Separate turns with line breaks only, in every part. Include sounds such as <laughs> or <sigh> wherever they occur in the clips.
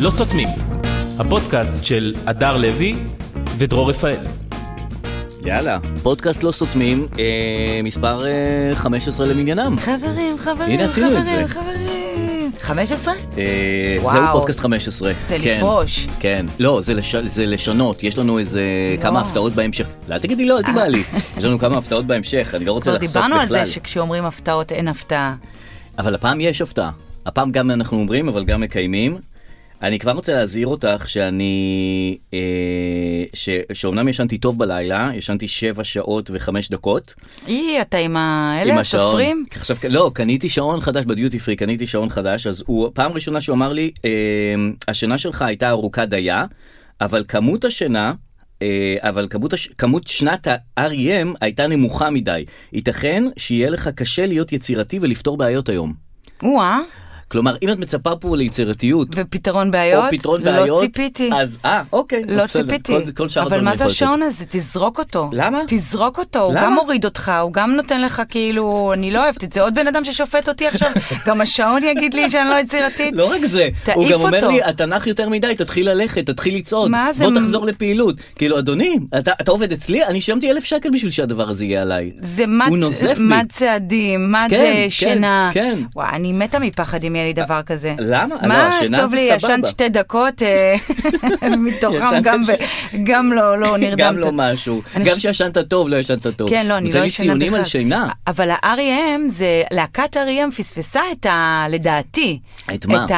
לא סותמים, הפודקאסט של הדר לוי ודרור רפאל.
יאללה, פודקאסט לא סותמים, אה, מספר אה, 15 למניינם.
חברים, חברים,
הנה, עשינו את
חברים,
זה.
חברים. 15?
אה,
וואו.
זהו פודקאסט 15.
זה
כן,
לפרוש. לא.
כן. לא, זה, לש... זה לשנות, יש לנו איזה כמה הפתעות בהמשך. אל תגידי לא, אל תבעלי. יש לנו כמה הפתעות בהמשך, אני לא רוצה
אה. כבר
לחשוף בכלל.
דיברנו על זה שכשאומרים הפתעות אין הפתעה.
אבל הפעם יש הפתעה. הפעם גם אנחנו אומרים, אבל גם מקיימים. אני כבר רוצה להזהיר אותך שאני... אה, ש... שאומנם ישנתי טוב בלילה, ישנתי 7 שעות וחמש דקות.
אי, אתה עם האלה,
עם השעון.
הסופרים?
עכשיו, לא, קניתי שעון חדש בדיוטי פרי, קניתי שעון חדש, אז הוא, פעם ראשונה שהוא אמר לי, אה, השינה שלך הייתה ארוכה דייה, אבל כמות השינה... אה, אבל כמות, הש... כמות שנת ה-REM הייתה נמוכה מדי. ייתכן שיהיה לך קשה להיות יצירתי ולפתור בעיות היום.
או-אה,
כלומר, אם את מצפה פה ליצירתיות,
ופתרון בעיות?
או פתרון
לא
בעיות,
ציפיתי.
אז אה, אוקיי, אז
לא
בסדר,
ציפיתי.
כל, כל שאר
אבל
הדברים
מה
אני
זה
יכול לתת.
השעון הזה? תזרוק אותו.
למה?
תזרוק אותו, הוא
למה?
גם מוריד אותך, הוא גם נותן לך כאילו, אני לא אוהבת את זה. עוד בן אדם ששופט אותי
<laughs>
עכשיו, גם השעון יגיד לי שאני לא יצירתית.
לא רק זה,
תעיף
הוא גם אומר
אותו.
לי, התנ"ך יותר מדי, תתחיל ללכת, תתחיל לצעוד,
מה זה?
בוא תחזור לפעילות. כאילו, אדוני, אתה, אתה עובד אצלי? אני שילמתי אלף שקל בשביל שהדבר הזה יהיה עליי.
זה מה,
הוא
צ-
נוזף
מה
לי.
צעדים, מה
כן,
זה
כן,
שינה.
כן. אה,
וואי, אני מתה מפחד אם יהיה לי דבר כזה.
למה? לא,
מה,
השינה
טוב
זה
לי,
סבבה.
ישנת שתי דקות, אה,
<laughs>
מתוכם
ישנת
גם,
ש-
ב- גם לא, לא
<laughs>
נרדמת.
גם לא משהו.
אני
גם
חוש-
שישנת טוב, לא ישנת טוב.
כן, לא, אני
נותן
לא
לי
ישנה בכלל.
ציונים על שינה.
אבל ה-R.E.M. זה, להקת R.E.M. פספסה את ה... לדעתי.
את מה?
את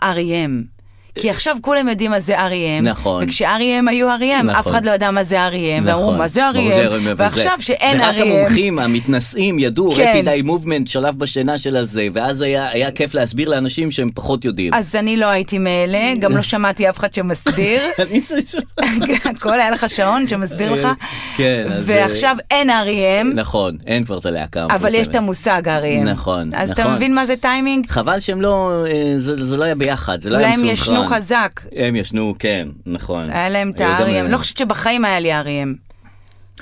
ה-R.E.M. כי עכשיו כולם יודעים מה זה E R.E.M.
נכון.
וכש-R.E.M. היו R.E.M. אף
נכון.
אחד לא ידע מה זה R.E.M. ואמרו,
נכון.
מה זה
ברור, זה
R.E.M.
וזה.
ועכשיו שאין E
ורק
R.E.M.
המומחים המתנשאים ידעו,
כן.
רפיד איי מובמנט שלב בשינה של הזה, ואז היה היה כיף להסביר לאנשים שהם פחות יודעים.
אז אני לא הייתי מאלה, גם לא שמעתי אף אחד שמסביר.
<laughs> אני- <laughs>
הכל היה לך שעון שמסביר לך.
כן, אז, אה,
ועכשיו אין R.E.M.
נכון, אין כבר את הלהקה
אבל יש את
המפורסמת.
המושג R.E.M.
נכון,
אז אתה
נכון.
מבין מה זה טיימינג?
חבל שהם לא, אה, זה, זה לא היה ביחד, זה לא
אולי
היה
הם
מסונכרן.
ישנו חזק.
הם ישנו, כן, נכון.
היה להם את
היו גם,
האריים,
אה,
לא חושבת שבחיים היה לי אריים.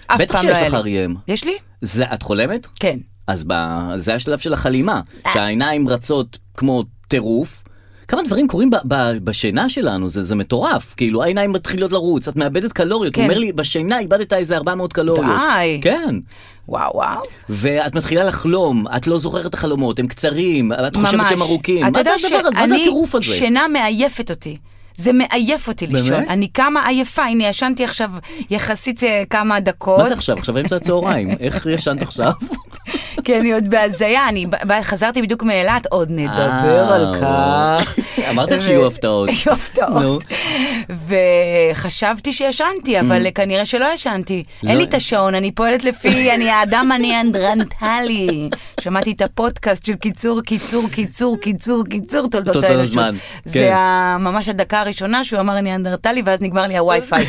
אף
בטח
פעם לא
שיש
היה
לך E
לי.
אריים.
יש לי?
זה, את חולמת?
כן.
אז ב... זה השלב של החלימה, שהעיניים רצות כמו טירוף. כמה דברים קורים ב- ב- בשינה שלנו, זה, זה מטורף. כאילו, העיניים מתחילות לרוץ, את מאבדת קלוריות.
כן.
הוא אומר לי, בשינה איבדת איזה 400 קלוריות.
די.
כן.
וואו וואו.
ואת מתחילה לחלום, את לא זוכרת את החלומות, הם קצרים, את חושבת שהם ארוכים.
אתה
מה זה
יודע
הדבר הזה? מה זה
שאני-
הטירוף הזה?
שינה מעייפת אותי. זה מעייף אותי
באמת?
לישון. אני קמה עייפה, הנה ישנתי עכשיו יחסית אה, כמה דקות.
מה זה עכשיו? עכשיו אמצע
<laughs>
הצהריים. איך ישנת עכשיו?
כי אני עוד בהזיה, אני ב- ב- חזרתי בדיוק מאילת, עוד אה, נדבר
אה,
על כך.
<laughs> אמרת לך
ו-
שיהיו
<laughs>
הפתעות.
יהיו
נו. Mm.
הפתעות. וחשבתי שישנתי, אבל כנראה שלא ישנתי.
לא.
אין לי את השעון, אני פועלת לפי, אני האדם הניאנדרנטלי. שמעתי את הפודקאסט של קיצור, קיצור, קיצור, קיצור, קיצור, תולדות
תולדות
האנושות.
הזמן, כן.
זה ה- ממש הדקה הראשונה שהוא אמר ניאנדרטלי, ואז נגמר לי
<laughs>
הווי-פיי.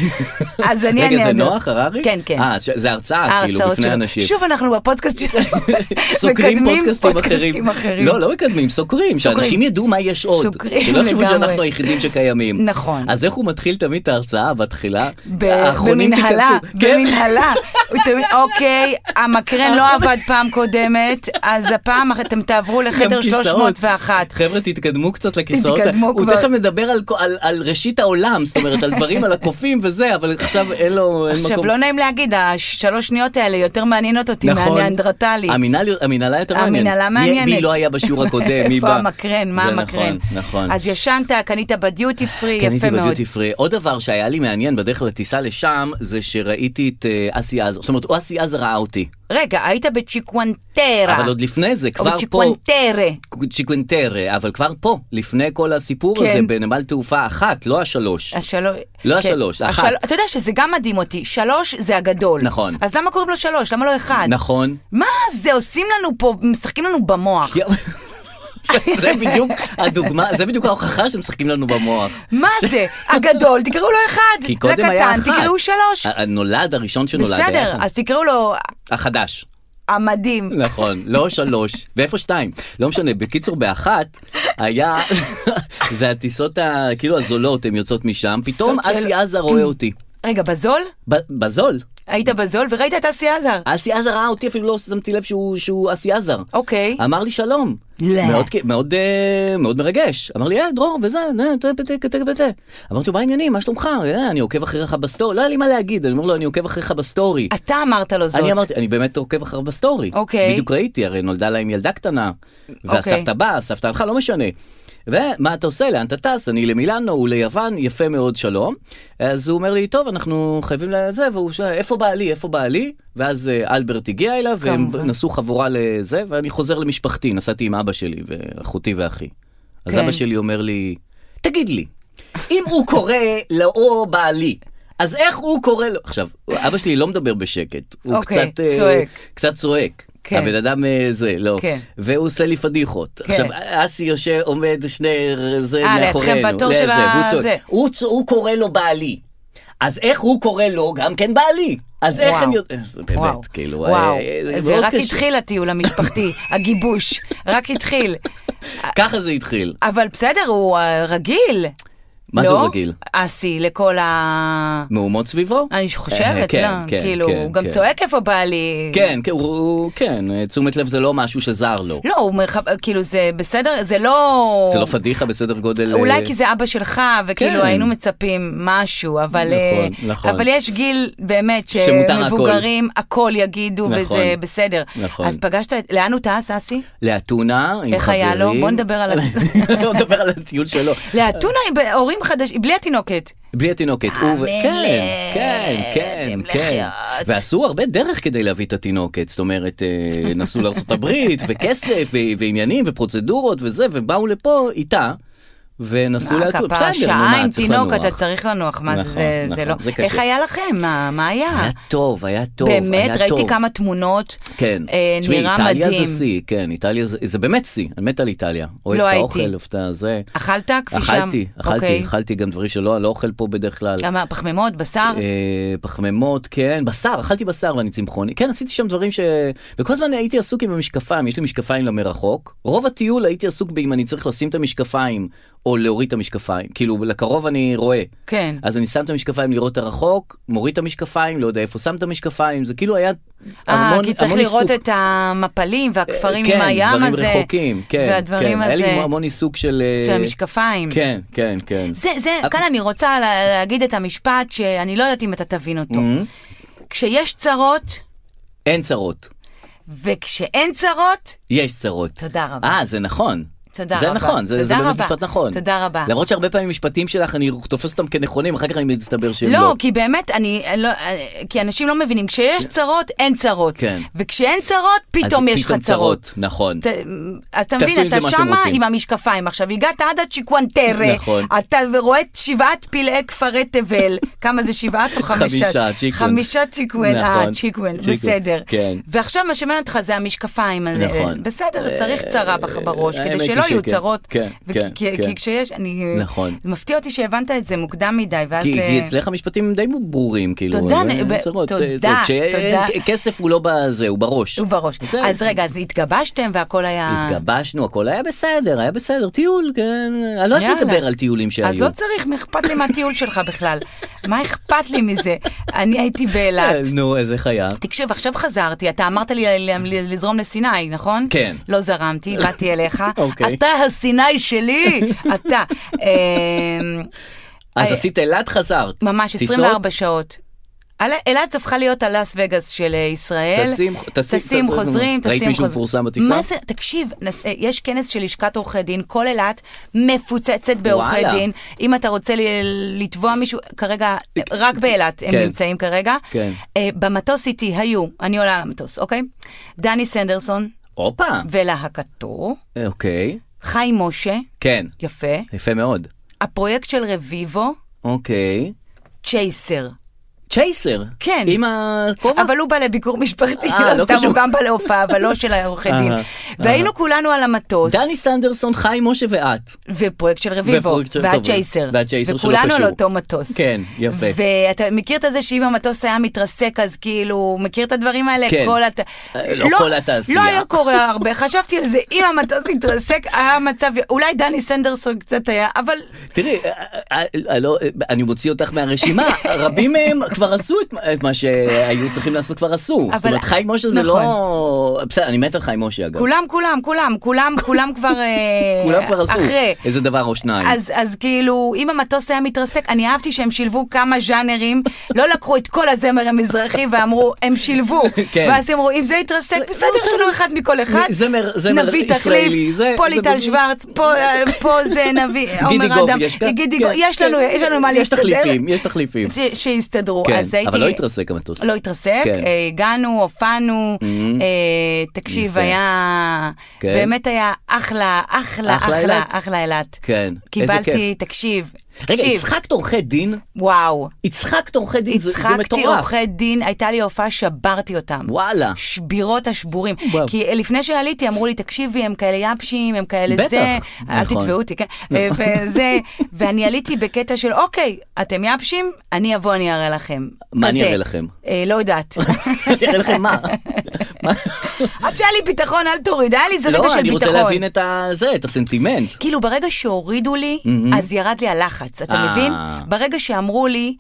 אז אני
רגע, זה
הניאנדר-
נוח, הררי?
כן, כן.
אה, ש- זה הרצאה, כאילו,
ההרצאות
בפני
שלו.
אנשים.
שוב אנחנו בפודקאסט שלנו.
<laughs> סוקרים
מקדמים
פודקאסטים אחרים. לא, לא מקדמים, סוקרים, שאנשים ידעו מה יש עוד.
סוקרים
שלא יחשבו
לגמרי.
שאנחנו היחידים שקיימים.
נכון.
אז איך הוא מתחיל תמיד את ההרצאה בתחילה?
ב-
האחרונים
במנהלה,
תיכנסו. כן.
במנהלה. הוא תמיד, אוקיי, המקרן לא עבד פעם קודמת, אז הפעם אתם תעברו לחדר
גם כיסאות.
301.
חבר'ה, תתקדמו קצת לכיסאות.
תתקדמו כבר.
הוא תכף מדבר על- על- על ראשית העולם, זאת אומרת, על דברים, על הקופים וזה, אבל עכשיו אין לו, אין מקום.
עכשיו, לא נעים להגיד, השלוש שניות האלה יותר מעניינות אותי מהניאנדרטלי.
המינהל- המינהלה יותר נכון. מעניינת.
המנהלה
מי-
מעניינת.
מי לא היה בשיעור הקודם,
<laughs>
מי בא.
איפה המקרן, מה
זה
המקרן.
נכון, נכון.
אז ישנת, קנית בדיוטי פרי,
קניתי
יפה מאוד.
בדיוטי פרי. עוד דבר שהיה לי מעניין בדרך לטיסה לשם, זה שראיתי את אה, אסי עזר. זאת אומרת, אסי עזר ראה אותי.
רגע, היית בצ'יקוונטרה.
אבל עוד לפני זה,
או
כבר פה...
בצ'יקוונטרה.
צ'יקוונטרה, אבל כבר פה, לפני כל הסיפור
כן.
הזה, בנמל תעופה אחת, לא השלוש.
השלוש. כן.
לא השלוש, אחת.
אתה יודע שזה גם מדהים אותי, שלוש זה הגדול.
נכון.
אז למה קוראים לו שלוש? למה לא אחד?
נכון.
מה זה עושים לנו פה, משחקים לנו במוח.
כי- זה- <laughs> זה בדיוק הדוגמה, זה בדיוק ההוכחה שמשחקים לנו במוח. <laughs>
מה זה? הגדול, תקראו לו אחד.
כי קודם היה
לקטן,
אחת.
תקראו שלוש.
ה- הנולד הראשון שנולד היה...
בסדר,
אחד.
אז תקראו לו
החדש.
המדהים.
נכון, לא שלוש, ואיפה שתיים? לא משנה, בקיצור באחת היה, <laughs> זה הטיסות ה... כאילו הזולות, הן יוצאות משם, פתאום
טיסות של-
אסי עזה רואה אותי.
רגע, בזול?
ב- בזול,
היית בזול וראית את אסי עזר.
אסי עזר ראה אותי, אפילו לא שמתי לב שהוא- שהוא אסי עזר.
אוקיי.
אמר לי שלום.
לא.
מאוד, כ- מאוד, אה, מאוד מרגש. אמר לי, אה, דרור, וזה, נה, תה, תה, תה, תה, תה. אמרתי לו, מה העניינים? מה שלומך? "אה, אני עוקב אחריך בסטורי. לא היה לי מה להגיד, אני אומר לו, אני עוקב אחריך בסטורי.
אתה אמרת לו זאת.
אני אמרתי, אני באמת עוקב אחריו בסטורי.
אוקיי.
בדיוק ראיתי, הרי נולדה להם ילדה קטנה.
אוקיי.
והסבתא באה, הסבתא הלכה, לא משנה. ומה אתה עושה? לאן אתה טס? אני למילאנו, הוא ליוון, יפה מאוד, שלום. אז הוא אומר לי, טוב, אנחנו חייבים לזה, והוא שואל, איפה בעלי? איפה בעלי? ואז אה, אלברט הגיע אליו, והם
כמובן.
נסעו חבורה לזה, ואני חוזר למשפחתי, נסעתי עם אבא שלי, ואחותי ואחי. אז
כן.
אבא שלי אומר לי, תגיד לי, אם הוא קורא לאו בעלי, אז איך הוא קורא לו? עכשיו, אבא שלי לא מדבר בשקט, הוא
אוקיי,
קצת... אה,
צועק.
קצת צועק.
כן.
הבן אדם אה, זה, לא.
כן.
והוא עושה לי פדיחות. עכשיו, אסי יושב, עומד שני אה, זה
אה, לידכם
מאחורינו.
בתור
לזה,
של ה-
והוא צועק.
זה.
הוא צ- הוא קורא לו בעלי. אז איך הוא קורא לו גם כן בעלי? אז איך
וואו.
הם יודעים... זה באמת,
וואו,
כאילו...
וואו.
אה, זה מאוד
ורק
קשה.
התחיל הטיול המשפחתי, הגיבוש, רק התחיל.
ככה זה התחיל.
אבל בסדר, הוא אה, רגיל.
מה זה
לא?
הוא רגיל?
אסי, לכל ה...
מהומות סביבו?
אני
אה,
חושבת,
כן,
לא,
כן,
כאילו,
כן,
הוא גם
כן.
צועק איפה בעלי.
כן, כן, הוא- הוא... כן, אה, תשומת לב זה לא משהו שזר לו.
לא, הוא מרחב, כאילו זה בסדר, זה לא...
זה לא פדיחה בסדר גודל...
אולי
אה,
כי זה אבא שלך, וכאילו
כן.
היינו מצפים משהו, אבל,
נכון,
אה,
נכון.
אבל יש גיל באמת
שמותר הכל.
שמבוגרים הכל יגידו
נכון.
וזה בסדר.
נכון.
אז פגשת, את- לאן הוא טס, אסי?
לאתונה, עם חברים.
איך היה לו? בוא נדבר על ה-
<laughs> בוא נדבר על הטיול שלו.
לאתונה עם הורים חדשים, בלי התינוקת.
בלי התינוקת. הוא ו-
אמן
כן,
לאל,
כן, כן,
אתם
כן.
לחיות.
ועשו הרבה דרך כדי להביא את התינוקת. זאת אומרת, אה, נסעו לארה"ב,
<laughs>
וכסף, ו- ועניינים, ופרוצדורות, וזה, ובאו לפה איתה, ונסעו
מה,
לאתונה.
כפרה, שעה עם
צריך
תינוק,
לנוח.
אתה צריך לנוח, מה זה-
נכון,
זה, זה
נכון,
לא...
זה קשה.
איך היה לכם? מה, מה היה?
היה טוב, היה טוב,
באמת,
היה
ראיתי
טוב.
כמה תמונות,
כן,
אה,
תשמעי,
נראה
איטליה
מדהים.
זה שיא, כן, איטליה זה, זה באמת שיא, אני מת על איטליה. אוהב
לא
את
הייתי.
האוכל, אוהב את הזה.
אכלת כפי שם?
אכלתי, אכלתי,
אוקיי.
אכלתי גם דברים שלא אני לא אוכל פה בדרך כלל.
גם הפחמימות, בשר?
אה, פחמימות, כן, בשר, אכלתי בשר ואני צמחוני. כן, עשיתי שם דברים ש... וכל הזמן הייתי עסוק עם המשקפיים, יש לי משקפיים למרחוק. רוב הטיול הייתי עסוק באם אני צריך לשים את המשקפיים או להוריד את המשקפיים. כאילו, לקרוב אני רואה.
כן.
אז אני שם את המשקפיים לראות את הרחוק, מוריד את המשקפיים, לא יודע איפה שם את המשקפיים, זה כאילו היה
אה,
המון
כי צריך
המון
לראות
עיסוק.
את המפלים והכפרים
כן,
עם הים
דברים
הזה.
רחוקים, כן,
והדברים
כן. היה לי
הזה.
המון עיסוק של... אה,
של המשקפיים.
כן, כן, כן.
זה, זה,
אבל-
כאן אני רוצה לה, להגיד את המשפט שאני לא יודעת אם אתה תבין אותו. כשיש צרות
אין צרות.
וכשאין צרות,
יש צרות.
תודה רבה.
אה, זה נכון.
תודה
זה
רבה.
נכון, זה, זה
תודה
באמת
רבה.
משפט נכון.
תודה רבה.
למרות שהרבה פעמים משפטים שלך, אני תופס אותם כנכונים, אחר כך אני מצטבר שהם לא.
לא, כי באמת, אני, אני לא, כי אנשים לא מבינים, כשיש צרות, אין צרות.
כן.
וכשאין צרות,
אז
פתאום יש לך
פתאום
צרות.
נכון.
ת- אז אתה
תעשו
מבין,
עם זה
אתה
מה שאתם
שמה
רוצים.
עם המשקפיים. עכשיו, הגעת עד הצ'יקוונטרה,
נכון.
אתה רואה את שבעת פלאי כפרי תבל, <laughs> כמה זה שבעת או חמישה?
חמישה, צ'יקוון.
חמישה צ'יקוון, אה,
נכון.
צ'יקוון,
צ'יקוון,
בסדר.
כן.
ועכשיו מה שמעניין אותך זה המשקפיים. האלה.
נכון.
בסדר, צריך צרה בך בראש,
האמת
כדי
היא
שלא יהיו
שכן.
צרות.
כן,
וכי-
כן,
כי-
כן.
כי כשיש, אני...
נכון.
זה מפתיע אותי שהבנת את זה מוקדם מדי, ואז...
כי,
אה,
כי אצלך המשפטים די ברורים, כאילו.
תודה,
אז אין
נ- ב-
צרות,
תודה,
אה, זה, כשאין-
תודה.
כ- כסף הוא לא בזה, הוא בראש.
הוא בראש.
זה-
אז רגע, אז התגבשתם והכל היה...
התגבשנו, הכל היה בסדר, היה בסדר, טיול, כן. אני לא יודעת
יאללה.
לדבר על טיולים שהיו.
אז לא צריך, מה אכפת לי מהטיול שלך בכלל? מה אכפת לי מזה? אני הייתי באילת.
אה, נו, איזה חיה.
תקשיב, עכשיו חזרתי, אתה אמרת לי ל- ל- לזרום לסיני, נכון?
כן.
לא זרמתי, באתי אליך.
<laughs> אוקיי.
אתה הסיני שלי, אתה.
<laughs>
אמ,
אז
אה,
עשית אילת, חזרת.
ממש
טיסות?
24 שעות. אל- אילת הפכה להיות הלאס וגאס של אה, ישראל.
טסים, טסים,
טסים,
טסים.
חוזרים,
ראית
טסים, חוזרים.
מישהו מפורסם בטיסה?
מה זה, תקשיב, נס- אה, יש כנס של לשכת עורכי דין, כל אילת מפוצצת בעורכי
וואלה.
דין. אם אתה רוצה ל- לתבוע מישהו, כרגע, אה, רק באילת הם
כן.
נמצאים כרגע.
כן.
אה, במטוס איתי היו, אני עולה על המטוס, אוקיי? דני סנדרסון
הופה,
ולהקתו,
אוקיי,
חיים משה,
כן,
יפה,
יפה מאוד.
הפרויקט של רביבו,
אוקיי.
צ'ייסר.
צ'ייסר.
כן.
עם הכובע?
אבל הוא בא לביקור משפחתי,
אה,
לא
לא
סתם
קשור.
הוא גם בא להופעה, אבל לא של העורכי דין.
אהה.
והיינו כולנו על המטוס,
דני סנדרסון, חיים משה ואת.
ופרויקט של רביבו,
ופרויקט של- טוב,
והצ'ייסר,
והצ'ייסר שלא
וכולנו על
קשור.
אותו מטוס.
כן, יפה.
ואתה מכיר את זה שאם המטוס היה מתרסק, אז כאילו, מכיר את הדברים האלה?
כן.
כל הת...
אה, לא כל התעשייה.
לא היה קורה הרבה, חשבתי על זה, אם
<laughs>
המטוס התרסק, היה מצב, אולי דני סנדרסון קצת היה, אבל
תראי, אה, אה, לא, אה, אני מוציא אותך
<laughs>
מהרשימה, רבים מהם כבר עשו את מה- את מה שהיו צריכים לעשות, כבר עשו. זאת
אבל- נכון.
אומרת, חיים משה זה לא... בסדר, אני מת על חיים משה אגב.
כולם, כולם, כולם, כולם, כולם כבר אה,
כולם כבר עשו
אחרי.
איזה דבר או שניים.
אז, אז כאילו, אם המטוס היה מתרסק, אני אהבתי שהם שילבו כמה ז'אנרים, לא לקחו את כל הזמר המזרחי ואמרו, הם שילבו.
<laughs> כן.
ואז הם אמרו, אם זה יתרסק, בסדר, יש לנו אחד מכל אחד.
זמר- זמר
נביא
ישראלי,
תחליף,
זה-
פה
זה
ליטל
בדיוק.
שוורץ,
<laughs>
פה, אה, פה זה נביא,
גידי
עומר
גוב
אדם.
יש כאן?
גידי
כן,
גוב, יש לנו,
כן.
יש לנו מה
יש
להסתדר.
תחליפים, יש תחליפים.
ש- שיסתדרו.
כן,
אז הייתי...
אבל לא התרסק המטוס.
לא התרסק,
כן.
אה, הגענו, הופענו, אה, תקשיב,
יפה.
היה,
כן.
באמת היה אחלה,
אחלה
אחלה, אחלה,
אילת.
אחלה אילת.
כן, איזה
קיבלתי, תקשיב,
רגע,
תקשיב,
הצחקת עורכי דין?
וואו.
הצחקת עורכי דין, זה זה
הצחקתי
מטורף.
עורכי דין, הייתה לי הופעה, שברתי אותם. <laughs>
וואלה.
שבירות השבורים.
וואו.
כי לפני שעליתי אמרו לי, תקשיבי, הם כאלה יבשים, הם כאלה
בטח,
זה, אל
נכון.
תתבעו אותי, כן?
<laughs>
וזה, ואני עליתי בקטע של, אוקיי, אתם יבשים, אני אבוא, אני אראה לכם.
מה אני
כזה.
אראה לכם?
אה, לא
<laughs>
יודעת.
אני אראה לכם
<laughs>
מה. מה?
עד שהיה לי ביטחון, אל תוריד, היה לי איזה רגע
לא,
של
אני רוצה
ביטחון.
להבין את ה- זה, את הסנטימנט.
כאילו, ברגע שהורידו לי, אז ירד לי הלחץ, אתה
אה.
מבין? ברגע שאמרו לי...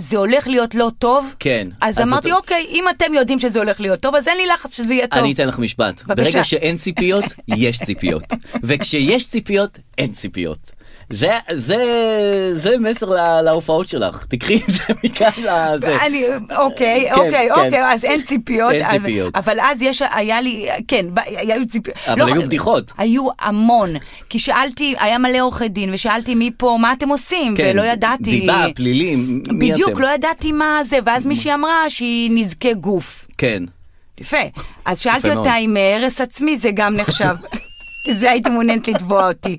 זה הולך להיות לא טוב,
כן.
אז
אז
אמרתי,
אתה-
אוקיי, אם אתם יודעים שזה הולך להיות טוב, אז אין לי לחץ שזה יהיה טוב.
אני אתן לך משפט.
בבקשה.
ברגע שאין ציפיות, יש ציפיות. וכשיש ציפיות, אין ציפיות. זה, זה, זה מסר לה, להופעות שלך. תקחי את זה מכאן לזה.
אני, אוקיי,
כן,
אוקיי,
כן.
אוקיי, אז אין ציפיות.
אין
אבל-
ציפיות.
אבל אז יש, היה לי, כן, ב- היו ציפיות. לא,
אבל היו בדיחות.
היו המון. כי שאלתי, היה מלא עורכי דין, ושאלתי מי פה, מה אתם עושים,
כן,
ולא ידעתי.
דיבה, פלילים, מ- מי
בדיוק,
אתם?
לא ידעתי מה זה, ואז מישהי אמרה שהיא נזקי גוף.
כן.
יפה. אז שאלתי
יפה מאוד.
אותה אם אה, הרס עצמי זה גם נחשב. <laughs> זה היית מעוניינת
<laughs>
לתבוע אותי.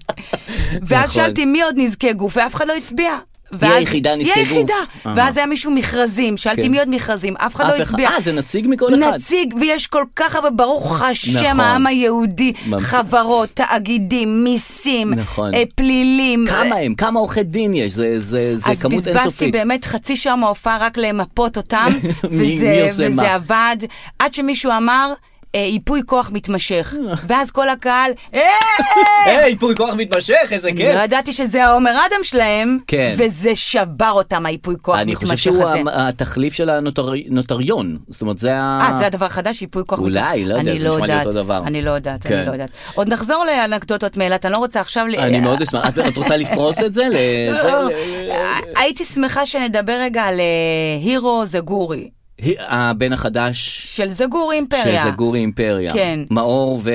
ואז
נכון.
שאלתי מי עוד נזקי גוף, ואף אחד לא הצביע. ואז-
היחידה נזקי
היא
גוף.
היחידה.
אה.
ואז היה מישהו מכרזים, שאלתי
כן.
מי עוד מכרזים, אף אחד
אף
לא
אחד-
הצביע.
אה, זה נציג מכל אחד.
נציג, ויש כל כך הרבה, ברוך השם,
נכון.
העם היהודי,
ממש.
חברות, תאגידים, מיסים,
נכון.
אה, פלילים.
כמה הם? כמה עורכי דין יש? זה, זה, זה כמות אינסופית.
אז בזבזתי באמת חצי שעה מההופעה רק למפות אותם,
<laughs> מי-
וזה,
מי עושה
וזה
מה?
עבד, עד שמישהו אמר, "אה, ייפוי כוח
<laughs>
מתמשך. ואז כל הקהל, "אה!"
היי, ייפוי כוח מתמשך, איזה
אני
כיף.
לא ידעתי שזה העומר אדם שלהם,
כן.
וזה שבר אותם, היפוי כוח
אני חושב
מתמשך
שהוא
הזה.
המ- התחליף של הנוטריון. זאת אומרת, זה ה...
אה, זה הדבר החדש, ייפוי כוח.
אולי,
מתמשך.
לא יודע,
אני
זה נשמע לי
יודעת,
אותו דבר.
אני לא יודעת,
כן.
אני לא יודעת. עוד נחזור לאנקדוטות מאילת, אני לא רוצה עכשיו... ל-
אני
<laughs>
מאוד אשמח. את- את רוצה לפרוס את זה? לזה?
לא.
ל-
אה, הייתי שמחה שנדבר רגע על אה, הירו זגורי,
היא- הבן החדש
של זגורי אימפריה.
של זגורי אימפריה.
כן.
מאור ו...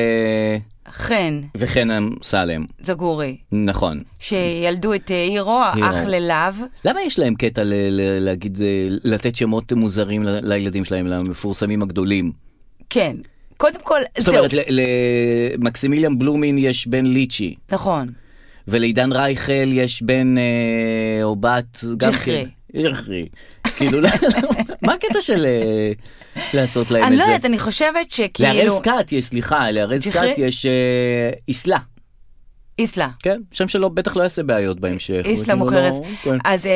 חן
וחן אמסלם.
זגורי,
נכון.
שילדו את אה, הירו,
הירו.
אח ללאו.
למה יש להם קטע ל- ל- להגיד, אה, לתת שמות מוזרים ל- לילדים שלהם, למפורסמים הגדולים?
כן. קודם כל,
זאת
זהו.
אומרת, ל- למקסימיליאן בלומין יש בן ליצ'י,
נכון.
ולעידן רייכל יש בן אה, או בת... גם
ג'חרי.
כן. ג'חרי. כאילו, למה- מה הקטע של אה, לעשות להם את זה?
אני לא יודעת, אני חושבת
להראל
שכאילו...
סקאט יש, סליחה, להראל סקאט
ג'חרי?
יש אה, איסלה.
איסלה.
כן, שם שלו בטח לא יעשה בעיות בהמשך.
איסלה
הוא
מוכרז.
כאילו לא- כן.
אז אה,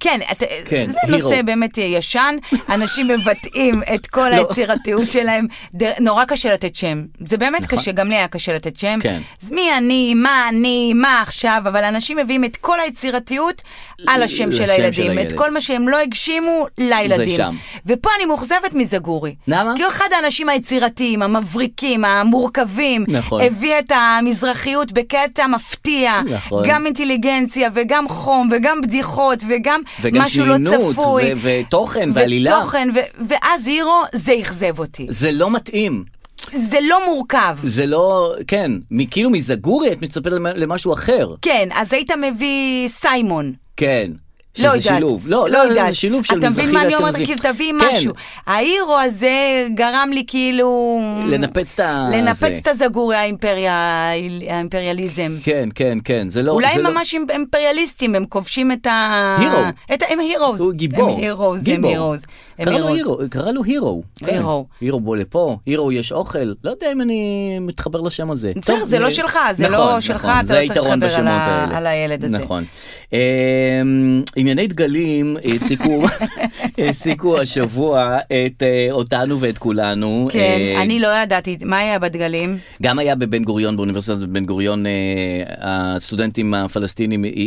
כן, את-
כן,
זה
הירו.
נושא באמת אה, ישן, אנשים מבטאים את
<laughs> לא.
כל היצירתיות שלהם, דר- נורא קשה לתת שם, זה באמת קשה, גם לי היה קשה לתת שם.
נכון. כן.
אז מי אני, מה אני, מה עכשיו, אבל אנשים מביאים את כל היצירתיות על השם
לשם
של
של
הילדים, את
הילד.
כל מה שהם לא הגשימו לילדים.
שם.
ופה אני מאוכזבת מזגורי.
למה?
כי הוא אחד האנשים היצירתיים, המבריקים, המורכבים,
נכון.
הביא את המזרחיות בקטע מפתיע,
נכון.
גם אינטליגנציה וגם חום וגם בדיחות וגם,
וגם
משהו לא
שנינות,
צפוי.
ו- ותוכן ועלילה.
ותוכן, ו- ואז הירו, זה אכזב אותי.
זה לא מתאים.
זה לא מורכב.
זה לא, כן, מ- כאילו מזגורי את מצפת למ- למשהו אחר.
כן, אז היית מביא סיימון.
כן. שזה
לא יודעת.
שילוב. לא, לא, לא, זה שילוב של
אתה
מזרחי
מבין מה אני אומרת?
ואשכנזי.
כאילו, תביא
כן.
משהו. ההירו הזה גרם לי כאילו...
לנפץ את ה-
לנפץ
זה.
את הזגורי האימפריה- האימפריאליזם.
כן, כן, כן, זה לא...
אולי
זה
הם
לא-
ממש אימפ- אימפריאליסטים, הם כובשים את ה...
הירו.
את ה- הם הירוז.
הוא גיבור.
הם הירוז, הם
גיבור.
הירוז. הם
קרא לו
הירוז.
הירו, קרא לו הירו.
הירו.
כן. הירו בוא לפה, הירו יש אוכל. לא יודע אם אני מתחבר לשם הזה.
בסדר, זה לא שלך, זה
נכון,
לא
נכון,
שלך, אתה
זה
לא צריך
היתרון
להתחבר על
בשמות
ה-
האלה.
על הילד הזה.
נכון. אמ, ענייני דגלים אה,
<laughs>
העסיקו- העסיקו השבוע את אה, אותנו ואת כולנו.
כן,
אה,
אני לא ידעתי, מה היה בדגלים?
גם היה בבן גוריון, באוניברסיטת בן גוריון, אה, הסטודנטים הפלסטינים אה, אה,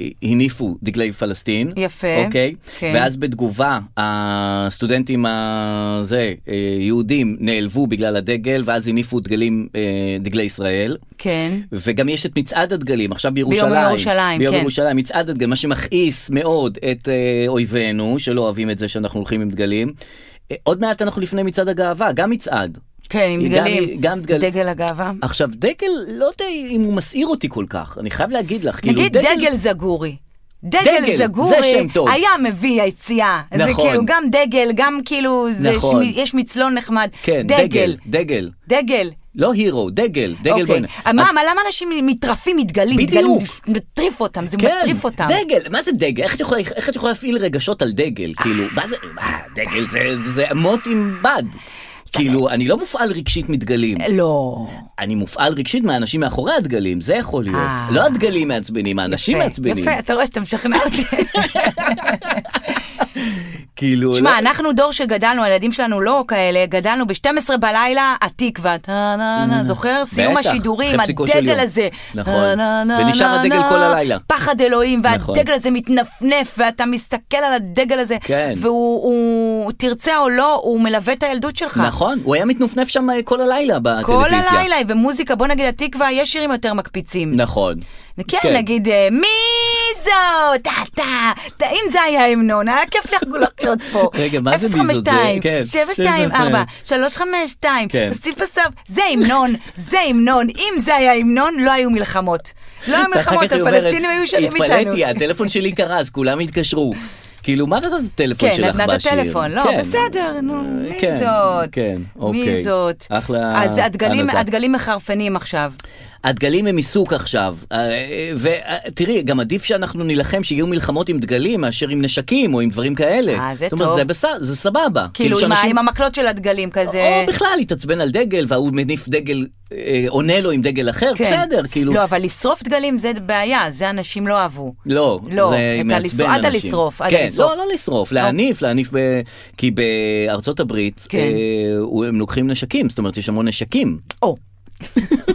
אה, הניפו דגלי פלסטין.
יפה.
אוקיי?
כן.
ואז בתגובה, הסטודנטים הזה, אה, יהודים, נעלבו בגלל הדגל, ואז הניפו דגלים, אה, דגלי ישראל.
כן.
וגם יש את מצעד הדגלים, עכשיו בירושלים.
ביום ירושלים,
ביום
כן.
ירושלים, מצעד הדגלים, מה שמכעיס מאוד את אה, אויבינו, שלא אוהבים את זה שאנחנו הולכים עם דגלים. אה, עוד מעט אנחנו לפני מצעד הגאווה, גם מצעד.
כן, עם
גם-
דגלים.
גם דגל-
דגל הגאווה.
עכשיו, דגל, לא יודע אם הוא מסעיר אותי כל כך, אני חייב להגיד לך, כאילו,
נגיד דגל זגורי. דגל
דגל, זה
זגורי
שם טוב.
היה מביא היציאה. זה
נכון.
כאילו גם דגל, גם כאילו, זה
נכון.
שמי- יש מצלון נחמד.
כן, דגל, דגל.
דגל.
לא הירו, דגל, דגל
אוקיי.
בוינה.
מה, מה, למה אנשים מטרפים מדגלים?
בדיוק.
דגלים, זה מטריף אותם, זה
כן,
מטריף אותם.
דגל, מה זה דגל? איך את יכולה, איך את יכולה להפעיל רגשות על דגל?
אה.
כאילו, מה זה, מה, דגל זה, זה אמות עם בד. כאילו, אני לא מופעל רגשית מדגלים,
לא.
אני מופעל רגשית מהאנשים מאחורי הדגלים, זה יכול להיות.
אה.
לא הדגלים מעצבנים, האנשים
יפה,
כן, מעצבנים.
יפה, אתה רואה שאתה משכנע
<laughs>
אותי.
כאילו,
תשמע,
לא-
אנחנו דור שגדלנו, הילדים שלנו לא כאלה, גדלנו ב-12 בלילה, התקווה, טה נה נה, זוכר? סיום
Mm, בטח,
השידורים,
אחרי פסיקו של
הדגל
יום.
הזה.
נכון.
טה נה נה
ונשאר
נה
הדגל
נה,
כל הלילה.
פחד אלוהים,
נכון.
והדגל הזה מתנפנף, ואתה מסתכל על הדגל הזה,
כן.
והוא, הוא- תרצה או לא, הוא מלווה את הילדות שלך.
נכון, הוא היה מתנופנף שם אה, כל הלילה
כל
בטלוויזיה.
הלילה, ומוזיקה, בוא נגיד, התקווה, יש שירים יותר מקפיצים.
נכון.
כן,
כן.
נגיד, אה, מי זאת? טה טה, טה, אם זה היה ההמנון, היה כיף לך <laughs> להיות פה.
רגע, מה זה מי זאת? זה- כן,
724, 352,
כן.
תוסיף בסוף, זה המנון, זה המנון. אם זה היה המנון, לא היו מלחמות. לא היו
ואחר
מלחמות,
כך היא אומרת,
הפלסטינים היו שרים איתנו.
התפלאתי, הטלפון שלי קרס, כולם התקשרו. כאילו, מה נתת את הטלפון
כן,
שלך בשיר?
נתנה את הטלפון, לא,
כן.
בסדר, נו,
כן,
מי זאת?
כן,
מי
אוקיי.
זאת?
אחלה
אז הדגלים-
הנזה.
הדגלים מחרפנים עכשיו.
הדגלים הם עיסוק עכשיו, אה, ותראי, גם עדיף שאנחנו נילחם שיהיו מלחמות עם דגלים מאשר עם נשקים או עם דברים כאלה.
אה, זה
זאת אומרת,
טוב.
זה בסדר, זה סבבה.
כאילו, עם אה, ה-
שאנשים-
עם המקלות של הדגלים, כזה.
או בכלל להתעצבן על דגל, וההוא מניף דגל, אה, עונה לו עם דגל אחר,
כן.
בסדר, כאילו.
לא, אבל לשרוף דגלים זה בעיה, זה אנשים לא אהבו.
לא,
לא,
זה
את
מעצבן
הלשרוף-
אנשים.
עד הלשרוף, עד
כן,
הלשרוף.
לא, לא לשרוף, להניף, להניף ב... כי בארצות הברית,
כן.
אה, הוא- הם לוקחים נשקים, זאת אומרת, יש המון נשקים.
או,
<laughs>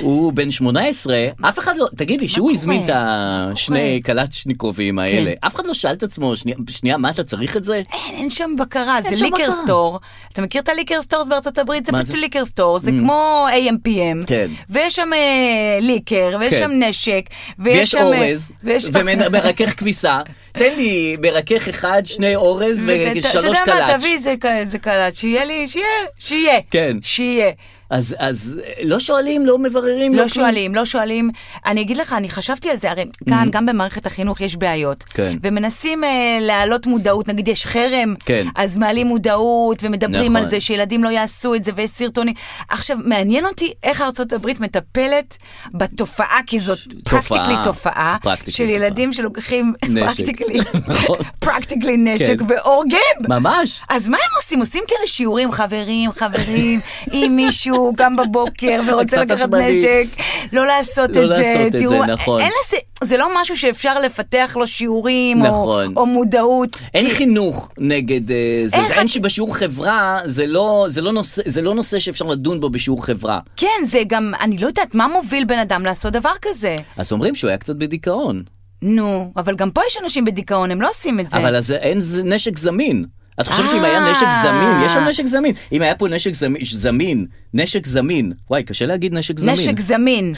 הוא בן 18, אף אחד לא, תגידי, שהוא
קורה?
הזמין את השני
קורה? כן.
קלצ'ניקובים האלה, אף אחד לא שאל את עצמו, "שנייה- שנייה, מה אתה צריך את זה?
אין, אין שם בקרה, זה
שם
ליקר
בקרה.
סטור. אתה מכיר את הליקר סטורס בארצות הברית? זה
מה
פשוט
זה? Mm.
ליקר סטור, זה כמו AMPM.
כן.
ויש שם אה, ליקר, ויש
כן.
שם נשק, ויש
ויש
שם... אה,
אורז,
ויש-
ומרכך כביסה, תן לי מרכך אחד, שני אורז
ואת- אתה
ושלוש
יודע מה,
קלאץ'.
תביא איזה ק- איזה קלאץ', שיהיה לי, שיהיה, שיהיה.
כן.
שיהיה.
אז אז, אה, לא שואלים, לא מבררים,
לא
כלום.
שואלים, לא שואלים. אני אגיד לך, אני חשבתי על זה, הרי כאן, גם במערכת החינוך יש בעיות.
Mm-hmm. כן.
ומנסים אה, להעלות מודעות, נגיד יש חרם,
כן.
אז מעלים מודעות ומדברים
נכון.
על זה, שילדים לא יעשו את זה, ויש סרטונים. עכשיו, מעניין אותי איך ארצות הברית מטפלת בתופעה, כי זאת
תופעה.
פרקטיקלי תופעה,
practically
של ילדים שלוקחים
נשק.
פרקטיקלי
<laughs> נכון.
practically נשק
כן.
והורגים.
ממש.
אז מה הם עושים? עושים כאלה שיעורים, חברים,
<laughs>
חברים, אם מישהו גם בבוקר
קצת
ורוצה לקחת
עצבני.
נשק, לא לעשות את
לא
זה.
לעשות את זה,
תראו,
נכון.
אין לזה, זה לא משהו שאפשר לפתח לו שיעורים, או-
נכון.
או מודעות.
אין חינוך נגד אה, זה,
איך
זה- אין
את-
שבשיעור חברה, זה לא, זה, לא נושא, זה לא נושא שאפשר לדון בו בשיעור חברה.
כן, זה גם, אני לא יודעת מה מוביל בן אדם לעשות דבר כזה.
אז אומרים שהוא היה קצת בדיכאון,
כן. נו, אבל גם פה יש אנשים בדיכאון, הם לא עושים את זה.
אבל אז אין ז- נשק זמין. את חושבת שאם היה נשק
אה.
זמין, יש שם נשק זמין. אם היה פה נשק זמין- זמין, נשק זמין, וואי, קשה להגיד נשק זמין.
נשק זמין.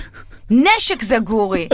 נשק זגורי.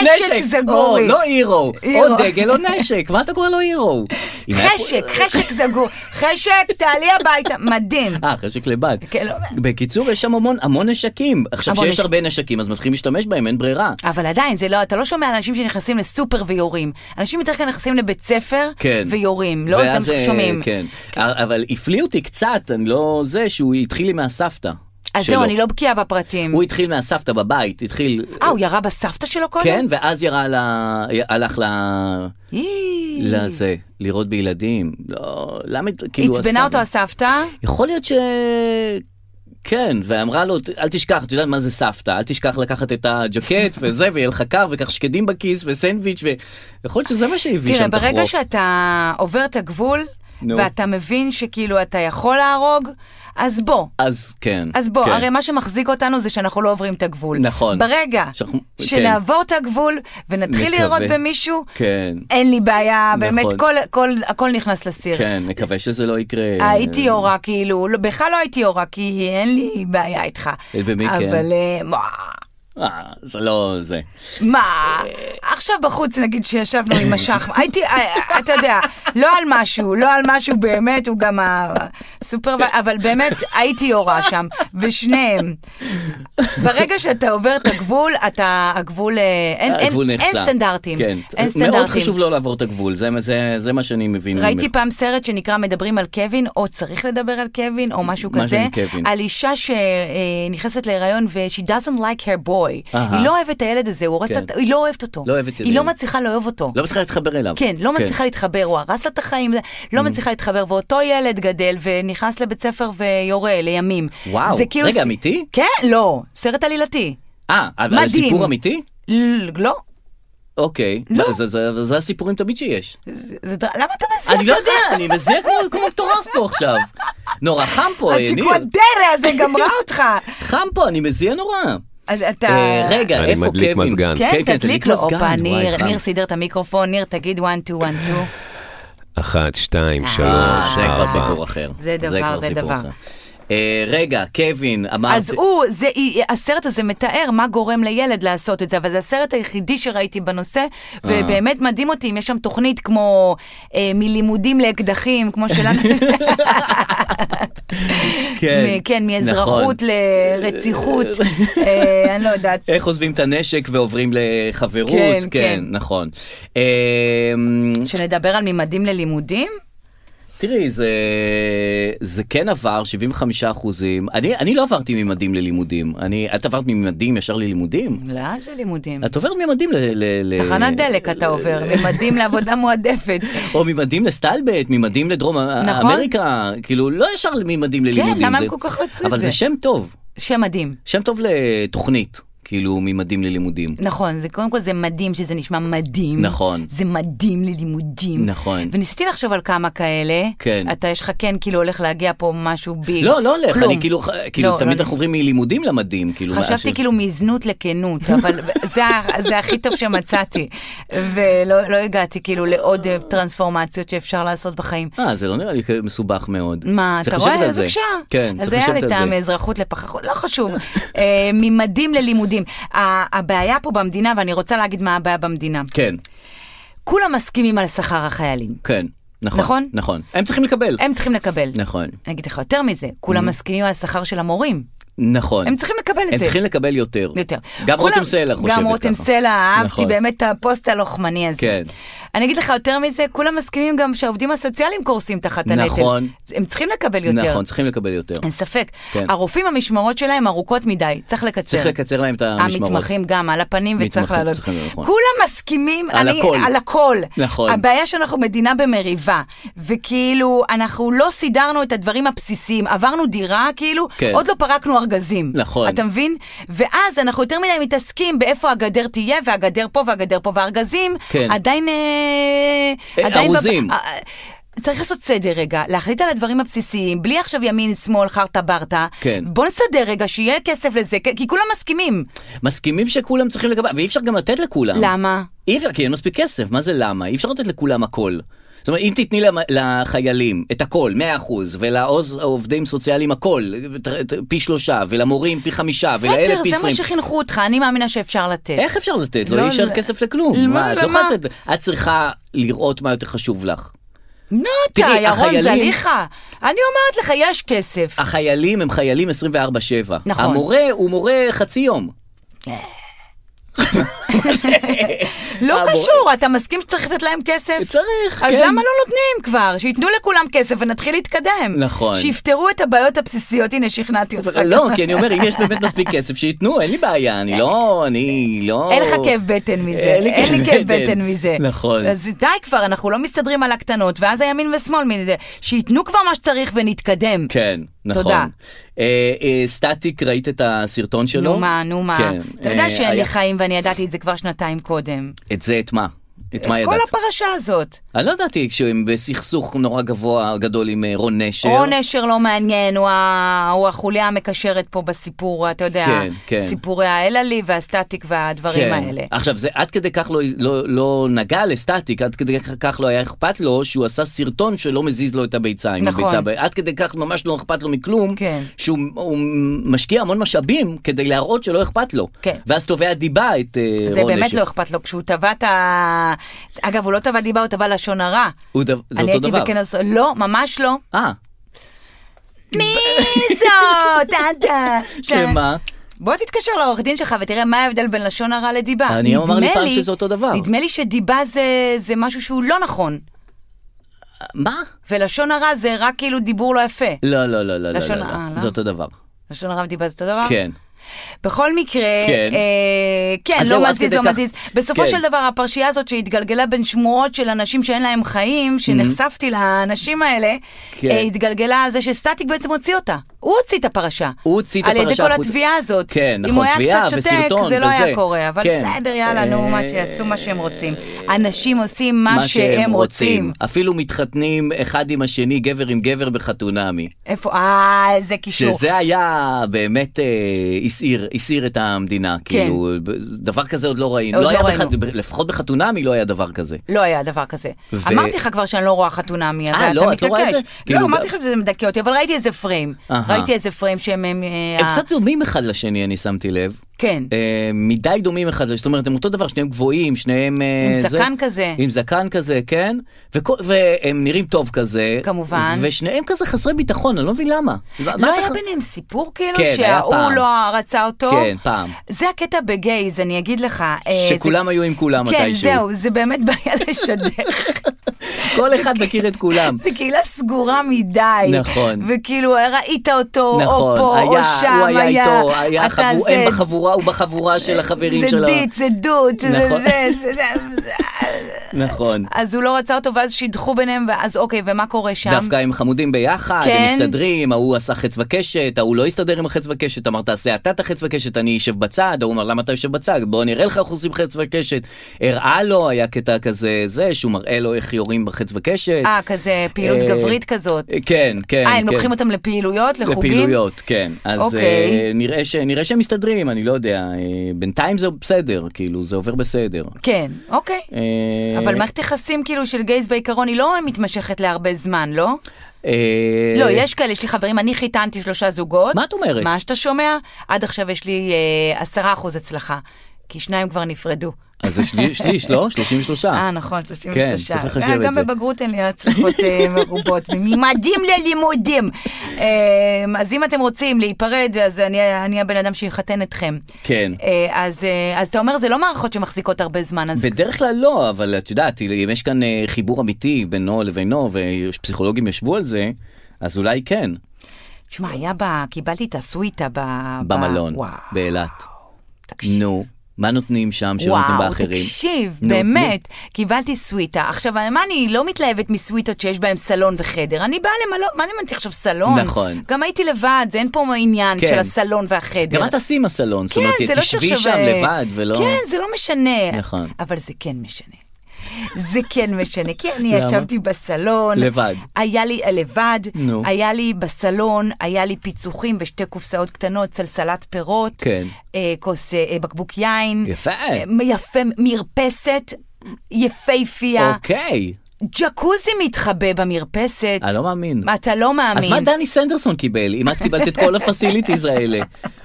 <laughs> נשק,
זגורי.
או, לא הירו, או
הירו.
דגל או נשק, מה אתה קורא לו הירו? אם היה פה-
חשק, חשק זגור. חשק, תעלי הביתה. מדהים.
אה, חשק לבד.
כן, לא-
בקיצור, יש שם המון המון נשקים. עכשיו,
המון
כשיש
נשק.
הרבה נשקים, אז מתחילים להשתמש בהם, אין ברירה.
אבל עדיין, זה לא, אתה לא שומע על אנשים שנכנסים לסופר ויורים. אנשים יותר כאן נכנסים לבית ספר
כן.
ויורים. לא,
ואז,
זה
אה,
שומעים.
כן. אה, אבל הפליא אותי קצת, אני לא זה, שהוא התחיל עם מהסבתא.
אז
שלו.
זהו, אני לא בקיאה בפרטים.
הוא התחיל מהסבתא בבית, התחיל...
אה, הוא ירה בסבתא שלו קודם?
כן, ואז ירה על ה... הלך ל...
היא...
לזה, לראות בילדים. לא, למה... כאילו...
עצבנה אותו
הסבא-
הסבתא?
יכול להיות ש... כן, ואמרה לו, "ת- אל תשכח, את יודעת מה זה סבתא, אל תשכח לקחת את
<laughs>
הג'קט וזה, ויהיה לך קר, וקח שקדים בכיס, וסנדוויץ', ו... יכול להיות שזה מה שהביא
תראה,
שם את החרוף.
ברגע שאתה עובר את הגבול,
נו.
ואתה מבין שכאילו אתה יכול להרוג, אז בוא.
אז כן.
אז בוא,
כן.
הרי מה שמחזיק אותנו זה שאנחנו לא עוברים את הגבול.
נכון.
ברגע
שאנחנו-
שנעבור את הגבול ונתחיל
נקווה.
לירות במישהו,
כן.
אין לי בעיה,
נכון.
באמת, כל- כל- הכל נכנס לסיר.
כן, נקווה שזה לא יקרה.
הייתי יורה, כאילו, לא- בכלל לא הייתי יורה, כי אין לי בעיה איתך.
במי כן?
אבל אה, מה,
אה, זה לא זה.
מה, עכשיו בחוץ נגיד שישבנו עם השחמט, הייתי, אה, אתה יודע, לא על משהו, לא על משהו באמת, הוא גם הסופר, אבל באמת הייתי יורה שם, ושניהם. ברגע שאתה עובר את הגבול, אתה, הגבול, אה, אין- אין
הגבול נחצה.
אין סטנדרטים.
כן.
אין
מאוד
סטנדרטים.
חשוב לא לעבור את הגבול, זה- זה- זה מה שאני מבין.
ראיתי פעם סרט שנקרא מדברים על קווין, או צריך לדבר על קווין, או משהו
משהו
כזה,
עם קווין.
על אישה שנכנסת להיריון ו-she doesn't like her boy.
אהה.
היא לא אוהבת את הילד הזה, הוא הורס
כן.
את ה- היא לא אוהבת אותו.
לא אוהבת את
היא לא
הילד.
מצליחה לאהוב אותו.
לא מצליחה להתחבר אליו.
כן, לא מצליחה להתחבר, הוא הרס לה את החיים,
Mm.
לא מצליחה להתחבר, ואותו ילד גדל ונכנס לבית ספר ויורה לימים.
וואו,
זה כאילו
רגע,
ס-
אמיתי?
כן, לא, סרט עלילתי.
אה, אבל
מדהים.
סיפור אמיתי?
ל- לא,
אוקיי.
לא.
מה, זה- זה- זה הסיפורים תמיד שיש.
זה- זה דר- למה אתה מזיע?
אני לא יודע, אני מזיע כמו- כמו מטורף פה עכשיו. נורא חם פה, אה, ניר.
הצ'יקוודרה הזה גמרה אותך.
חם פה, אני מזיע נורא.
אז אתה...
אה, רגע, איפה
אני
קווין?
מדליק
אה,
מזגן.
כן, תדליק לו,
מזגן,
הופה,
וואי,
ניר,
חם.
ניר סידר את המיקרופון, ניר, תגיד 1, 2, 1, 2.
אחת, שתיים,
אה,
שלוש,
זה כבר סיפור
ארבע.
אחר.
זה דבר,
כבר
זה
סיפור
דבר.
אחר. אה, רגע, קווין, אמרת...
אז הוא, זה, היא- הסרט הזה מתאר מה גורם לילד לעשות את זה, אבל זה הסרט היחידי שראיתי בנושא,
אה.
ובאמת מדהים אותי אם יש שם תוכנית כמו אה, מלימודים לאקדחים, כמו שלנו,
<laughs> כן,
מ-
נכון.
כן, מאזרחות לרציחות, אה, אני לא יודעת.
איך עוזבים את הנשק ועוברים לחברות,
כן,
כן,
כן.
נכון. אמ,
שנדבר על ממדים ללימודים?
תראי, זה, זה כן עבר, 75 אחוזים. אני, אני לא עברתי ממדים ללימודים. אני, את עברת ממדים ישר ללימודים?
לא, זה לימודים.
את אה. עוברת ממדים ל... ל, ל
תחנת דלק אתה עובר, ממדים לעבודה מועדפת.
או ממדים לסטלבט, ממדים לדרום
נכון. כן,
נכון? אמריקה, כאילו לא ישר ממדים ללימודים.
למה הם
זה-
כל כך רצו את
אבל
זה?
זה שם טוב,
שם מדהים.
שם טוב לתוכנית, כאילו ממדים ללימודים.
נכון, זה קודם כל זה מדהים שזה נשמע מדהים.
נכון.
זה מדהים ללימודים.
נכון.
וניסיתי לחשוב על כמה כאלה.
כן.
אתה, יש לך כן כאילו הולך להגיע פה משהו ביג.
לא, לא הולך,
כלום.
אני כאילו, כאילו
לא,
תמיד
לא
אנחנו עוברים מלימודים למדים, כאילו.
חשבתי
משהו-
כאילו מזנות לכנות, אבל <laughs> זה, ה- זה הכי טוב שמצאתי. ולא לא הגעתי כאילו לעוד אה, טרנספורמציות שאפשר לעשות בחיים.
אה, זה לא נראה לי מסובך מאוד.
מה,
צריך
אתה
לשבת
רואה?
על זה.
בבקשה.
כן,
אז
צריך
היה
לשבת
לי
על
את
זה.
המאזרחות לפחחות, לא חשוב. אה, ממדים ללימודים. ה- הבעיה פה במדינה, ואני רוצה להגיד מה הבעיה במדינה.
כן,
כולם מסכימים על שכר החיילים.
כן, נכון.
נכון?
נכון. הם צריכים לקבל.
הם צריכים לקבל.
נכון, Mm-hmm.
אני אגיד לך יותר מזה, כולם מסכימים על השכר של המורים.
נכון.
הם צריכים לקבל את
הם
זה.
צריכים לקבל יותר.
יותר.
גם
כולם-
רותם סלע חושבת ככה.
גם רותם סלע, אהבתי
נכון.
באמת את הפוסט הלוחמני הזה.
כן.
אני אגיד לך יותר מזה, כולם מסכימים גם שהעובדים הסוציאליים קורסים תחת הנטל.
נכון.
הם צריכים לקבל יותר.
נכון, צריכים לקבל יותר.
אין ספק.
כן.
הרופאים, המשמרות שלהם ארוכות מדי, צריך לקצר.
צריך לקצר להם את המשמרות.
המתמחים גם, על הפנים וצריך
מתמחים,
לעלות.
צריכים, נכון.
כולם מסכימים
על
אני-
הכל.
על הכל.
נכון.
הבעיה שאנחנו מדינה במריבה, וכאילו, אנחנו לא סידרנו את הדברים הבסיסיים, עברנו דירה, כאילו,
כן.
עוד לא פרקנו ארגזים.
נכון.
אתה מבין? ואז אנחנו יותר מדי מתעסקים באיפה הגדר תהיה, והגדר פה והגדר פה, והארגזים
כן.
עדיין... אה,
אה,
עדיין בב-
ארוזים.
אה, צריך לעשות סדר רגע, להחליט על הדברים הבסיסיים, בלי עכשיו ימין, שמאל, חרטה ברטה.
כן.
בוא נסדר רגע, שיהיה כסף לזה, כי כי כולם מסכימים.
מסכימים שכולם צריכים לקבל, ואי אפשר גם לתת לכולם.
למה?
אי אפשר, כי אין מספיק כסף, מה זה למה? אי אפשר לתת לכולם הכל. זאת אומרת, אם תתני למ- לחיילים את הכל, 100%, ולעובדים סוציאליים הכל, ת- ת- פי שלושה, ולמורים פי חמישה, ולאלה
בסדר,
פי
זה מה
עשרים.
שחינכו אותך, אני מאמינה שאפשר לתת.
איך אפשר לתת לו?
לא,
לא יישאר
לא.
כסף לכלום.
לא,
מה, את לא
למה?
יכולה לתת... את צריכה לראות מה יותר חשוב לך.
נו, אתה,
תראי,
ירון
החיילים- אה,
זליכה. אני אומרת לך, יש כסף.
החיילים הם חיילים 24-7.
נכון.
המורה הוא מורה חצי יום.
לא
הבורא-
קשור, אתה מסכים שצריך לתת להם כסף?
אה, צריך,
אז
כן.
למה לא נותנים כבר? שייתנו לכולם כסף ונתחיל להתקדם.
נכון.
שיפתרו את הבעיות הבסיסיות, הנה שכנעתי אותך.
לא, כי אני אומר, אם יש באמת מספיק כסף, שייתנו, אין לי בעיה, אני לא, אני לא...
אין לך כאב בטן מזה, אין לי כאב בטן מזה.
נכון.
אז די כבר, אנחנו לא מסתדרים על הקטנות, ואז הימין ושמאל מזה. שייתנו כבר מה שצריך ונתקדם.
כן, נכון.
תודה.
אה, אה, סטטיק, ראית את הסרטון שלו?
נו מה, נו מה.
כן.
אתה יודע
אה,
שאין לי
היה-
חיים ואני ידעתי את זה כבר שנתיים קודם.
את זה, את מה? את מה
את
ידעת?
כל הפרשה הזאת.
אני לא ידעתי שהם בסכסוך נורא גבוה, גדול עם אה, רון נשר.
רון נשר לא מעניין, הוא, ה... הוא החוליה המקשרת פה בסיפור, אתה יודע,
כן, כן.
סיפורי האלה לי והסטטיק והדברים
כן.
האלה.
עכשיו, זה עד כדי כך לא, לא, לא נגע לסטטיק, עד כדי כך לא היה אכפת לו שהוא עשה סרטון שלא מזיז לו את הביצה עם
נכון.
הביצה. ב- עד כדי כך ממש לא אכפת לו מכלום,
כן.
שהוא הוא משקיע המון משאבים כדי להראות שלא אכפת לו.
כן.
ואז תובע דיבה את אה, רון נשר.
זה באמת לא אכפת לו, כשהוא טבע את ה... אגב, הוא לא טבע דיבה, הוא טבע לשון הרע.
הוא דו- זה
אני
אותו
הייתי
דבר.
בכנס... לא, ממש לא.
אה,
מי
<laughs>
זאת? טה, טה, טה.
שמה?
בוא תתקשר לעורך דין שלך ותראה מה ההבדל בין לשון הרע לדיבה.
אני אמר לי
נדמה
פעם שזה אותו דבר.
נדמה לי שדיבה זה, זה משהו שהוא לא נכון,
מה?
ולשון הרע זה רק כאילו דיבור לא יפה.
לא, לא, לא, לא, לא,
לשון-
לא,
אה,
לא.
לא? אה,
זה אותו דבר.
לשון הרע ודיבה זה אותו דבר?
כן.
בכל מקרה,
כן.
אה, כן
אז זהו,
לא
עד
מזיז,
כדי
לא
כך.
מזיז. בסופו
כן.
של דבר, הפרשייה הזאת שהתגלגלה בין שמועות של אנשים שאין להם חיים, שנחשפתי לאנשים האלה,
כן.
אה, התגלגלה על זה שסטטיק בעצם הוציא אותה. הוא הוציא את הפרשה.
הוא הוציא את
על ידי
הפרשה
כל
החוצה.
התביעה הזאת.
כן,
אם הוא
נכון,
היה
תביעה
קצת שותק,
וסרטון
זה לא היה
וזה.
קורה, אבל
כן. אה,
בסדר, יאללה, נו, מה שיעשו מה שהם רוצים. אנשים עושים מה שהם רוצים.
אפילו מתחתנים אחד עם השני, גבר עם גבר בחתונמי.
איפה, אה, איזה קישור.
שזה היה באמת אה, הסעיר, הסעיר את המדינה, כן. כאילו, ב- דבר כזה עוד לא ראינו.
עוד
לא
לא
היה
ראינו.
בחת- ב- לפחות בחתונמי לא היה דבר כזה.
לא היה דבר כזה.
ו-
אמרתי לך כבר שאני לא רואה חתונמי, אבל
אה,
אתה
לא, את לא רואה את
מתעקש.
זה?
לא,
כאילו,
אמרתי
ב-
לך שזה מדכא אותי, אבל ראיתי איזה פריים.
אהה.
ראיתי איזה פריים שהם... הם
הם
אה,
קצת דומים אחד לשני, אני שמתי לב.
כן.
אה, מדי דומים אחד לשני, זאת אומרת, הם אותו דבר, שניהם גבוהים, שניהם... אה,
עם
זה-
זקן כזה.
עם זקן כזה, כן. וכו- והם נראים טוב כזה.
כמובן.
ושניהם כזה חסרי ביטחון, אני לא מבין למה. מה
לא
אתה
היה
ח-
ביניהם סיפור כאילו
כן, היה
שההוא
פעם.
לא רצה אותו?
כן, פעם.
זה הקטע בגייז, אני אגיד לך. אה, זה-
שכולם היו עם כולם
כן,
מתישהו.
זהו, זה באמת <laughs> בעיה לשדך.
כל אחד מכיר את
<laughs>
כולם.
זו קהילה סגורה מדי.
נכון.
וכאילו, ראית אותו, או
נכון,
פה,
היה,
או שם,
הוא היה איתו, היה
אתה
חבור,
זה-
הם בחבורה, הוא בחבורה של החברים שלו.
זה דיט, זה דוט, זה זה,
נכון.
זה... זה-
נכון.
אז הוא לא רצה אותו, ואז שידחו ביניהם, ואז אוקיי, ומה קורה שם?
דווקא הם חמודים ביחד,
כן.
הם מסתדרים, ההוא עשה חץ וקשת, ההוא לא הסתדר עם החץ וקשת, אמר תעשה אתה את החץ וקשת, אני אשב בצד, ההוא אמר למה אתה יושב בצד, בוא נראה לך איך עושים חץ וקשת. הראה לו, היה קטע כזה, זה, שהוא מראה לו איך יורים בחץ וקשת.
אה, כזה פעילות
אה,
גברית כזאת.
כן, כן.
אה,
כן.
הם לוקחים אותם לפעילויות, לחוגים?
לפעילויות, כן. אז
אוקיי.
אה, נראה ש- נראה שהם מסתדרים, אני לא יודע, אה, בינתיים זה בסדר, כאילו, זה עובר בסדר.
כן, אוקיי.
אה,
אבל מערכת יחסים כאילו של גייז בעיקרון היא לא מתמשכת להרבה זמן, לא?
אה,
לא, יש כאלה, יש לי חברים, אני חיתנתי שלושה זוגות.
מה את אומרת?
מה שאתה שומע? עד עכשיו יש לי אה, עשרה אחוז הצלחה, כי שניים כבר נפרדו.
אז זה שלי- שליש,
<laughs>
לא? 33.
אה, נכון, 33.
כן, צריך לחשב
אה,
את
גם
זה.
בבגרות אין לי הצלחות
<laughs>
אה, מרובות. ממדים ללימודים. אה, אז אם אתם רוצים להיפרד, אז אני אני הבן אדם שיחתן אתכם.
כן.
אה, אז אה, אז אתה אומר, זה לא מערכות שמחזיקות הרבה זמן, אז
בדרך כלל לא, אבל את יודעת, אם יש כאן אה, חיבור אמיתי בינו לבינו, ופסיכולוגים ישבו על זה, אז אולי כן,
תשמע, היה ב... קיבלתי את הסוויטה ב...
במלון,
ב... אה, וואו,
באילת.
תקשיב.
נו, מה נותנים שם שלא נותנים
וואו,
באחרים?
תקשיב,
נו,
באמת, קיבלתי סוויטה. עכשיו, מה אני לא מתלהבת מסוויטות שיש בהן סלון וחדר? אני באה למלון, מה אני מנתי עכשיו סלון?
נכון.
גם הייתי לבד, זה אין פה עניין
כן.
של הסלון
נו.
והחדר.
גם את תעשי עם הסלון, זאת
כן, זה
אומרת,
לא
תשבי
שעכשיו,
שם
אה,
לבד ולא...
כן, זה לא משנה.
נכון.
אבל זה כן משנה. זה כן משנה, כי אני
למה?
ישבתי בסלון.
לבד.
היה לי אה, לבד,
נו.
היה לי בסלון, היה לי פיצוחים בשתי קופסאות קטנות, סלסלת פירות,
כן.
אה, כוס, אה, בקבוק יין.
יפה.
אה, יפה, מרפסת, יפייפייה.
אוקיי.
ג'קוזי מתחבא במרפסת.
אני לא מאמין.
מה, אתה לא מאמין.
אז מה דני סנדרסון קיבל, אם את קיבלת את כל הפסיליטיז האלה?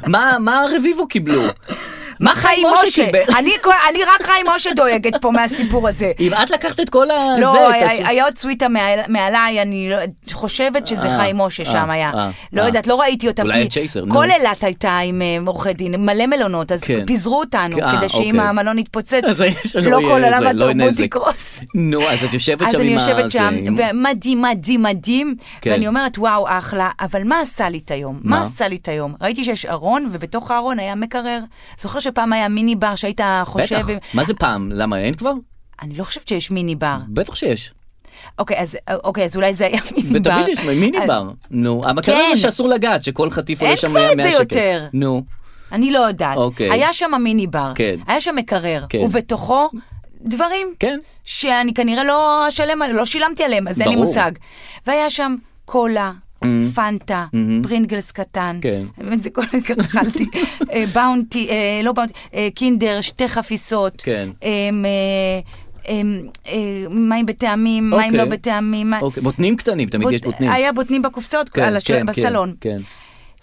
מה, מה הרביבו קיבלו?
מה חיים משה?
קיבל?
אני כו- אני רק חיים משה דואגת פה מהסיפור
<laughs>
הזה.
אם את לקחת את כל ה...
לא,
זה, את
היה-
הסו-
היה עוד סוויטה מעל- מעליי, אני לא- חושבת שזה
אה,
חיים משה שם
אה,
היה.
אה,
לא
אה.
יודעת, לא ראיתי אותם.
אולי
כי
היה צ'ייסר, נו.
כל אילת הייתה עם אה, עורכי דין, מלא מלונות, אז
כן.
פיזרו אותנו,
אה,
כדי שאם
אוקיי.
המלון יתפוצץ,
אז יש לנו-
לא
יהיה
כל עולם
זה, לא
התרבות
נזק.
יקרוס.
נו, אז את יושבת שם
אז
עם ה...
אני יושבת שם,
זה, עם-
ומדהים, מדהים, מדהים,
כן.
ואני אומרת, וואו, אחלה, אבל מה עשה לי את היום? מה
מה?
עשה לי את היום? ראיתי שיש ארון, ובתוך הארון היה מקרר. זוכר שפעם היה מיני בר שהיית חושב...
בטח, מה זה פעם? למה אין כבר?
אני לא חושבת שיש מיני בר.
בטח
<laughs>
שיש.
אוקיי, אז, אוקיי, אז אולי זה היה מיני בר.
ותמיד יש מיני
אז-
בר. נו, המקרה
אה, כן.
הזה שאסור לגעת, שכל חטיף
אין
עולה שם
כבר
100
את
שקל.
זה יותר.
נו,
אני לא יודעת.
אוקיי.
היה שם מיני בר,
כן.
היה שם מקרר,
כן.
ובתוכו דברים
כן.
שאני כנראה לא אשלם, עליהם, לא שילמתי עליהם, אז אין לי
ברור. Mm-hmm.
מושג. והיה שם קולה. פנטה, פרינגלס קטן,
כן.
באמת זה כל כך
<laughs>
אכלתי, אה, באונטי, אה, לא באונטי, אה, קינדר, שתי חפיסות,
כן.
אמ, אה, אמ, אה, מים בטעמים, מים
אוקיי.
לא בטעמים, מה-
אוקיי. בוטנים קטנים, תמיד
בוט-
יש בוטנים.
היה בוטנים בקופסאות,
כן,
על הש-
כן, כן,
בסלון.
כן.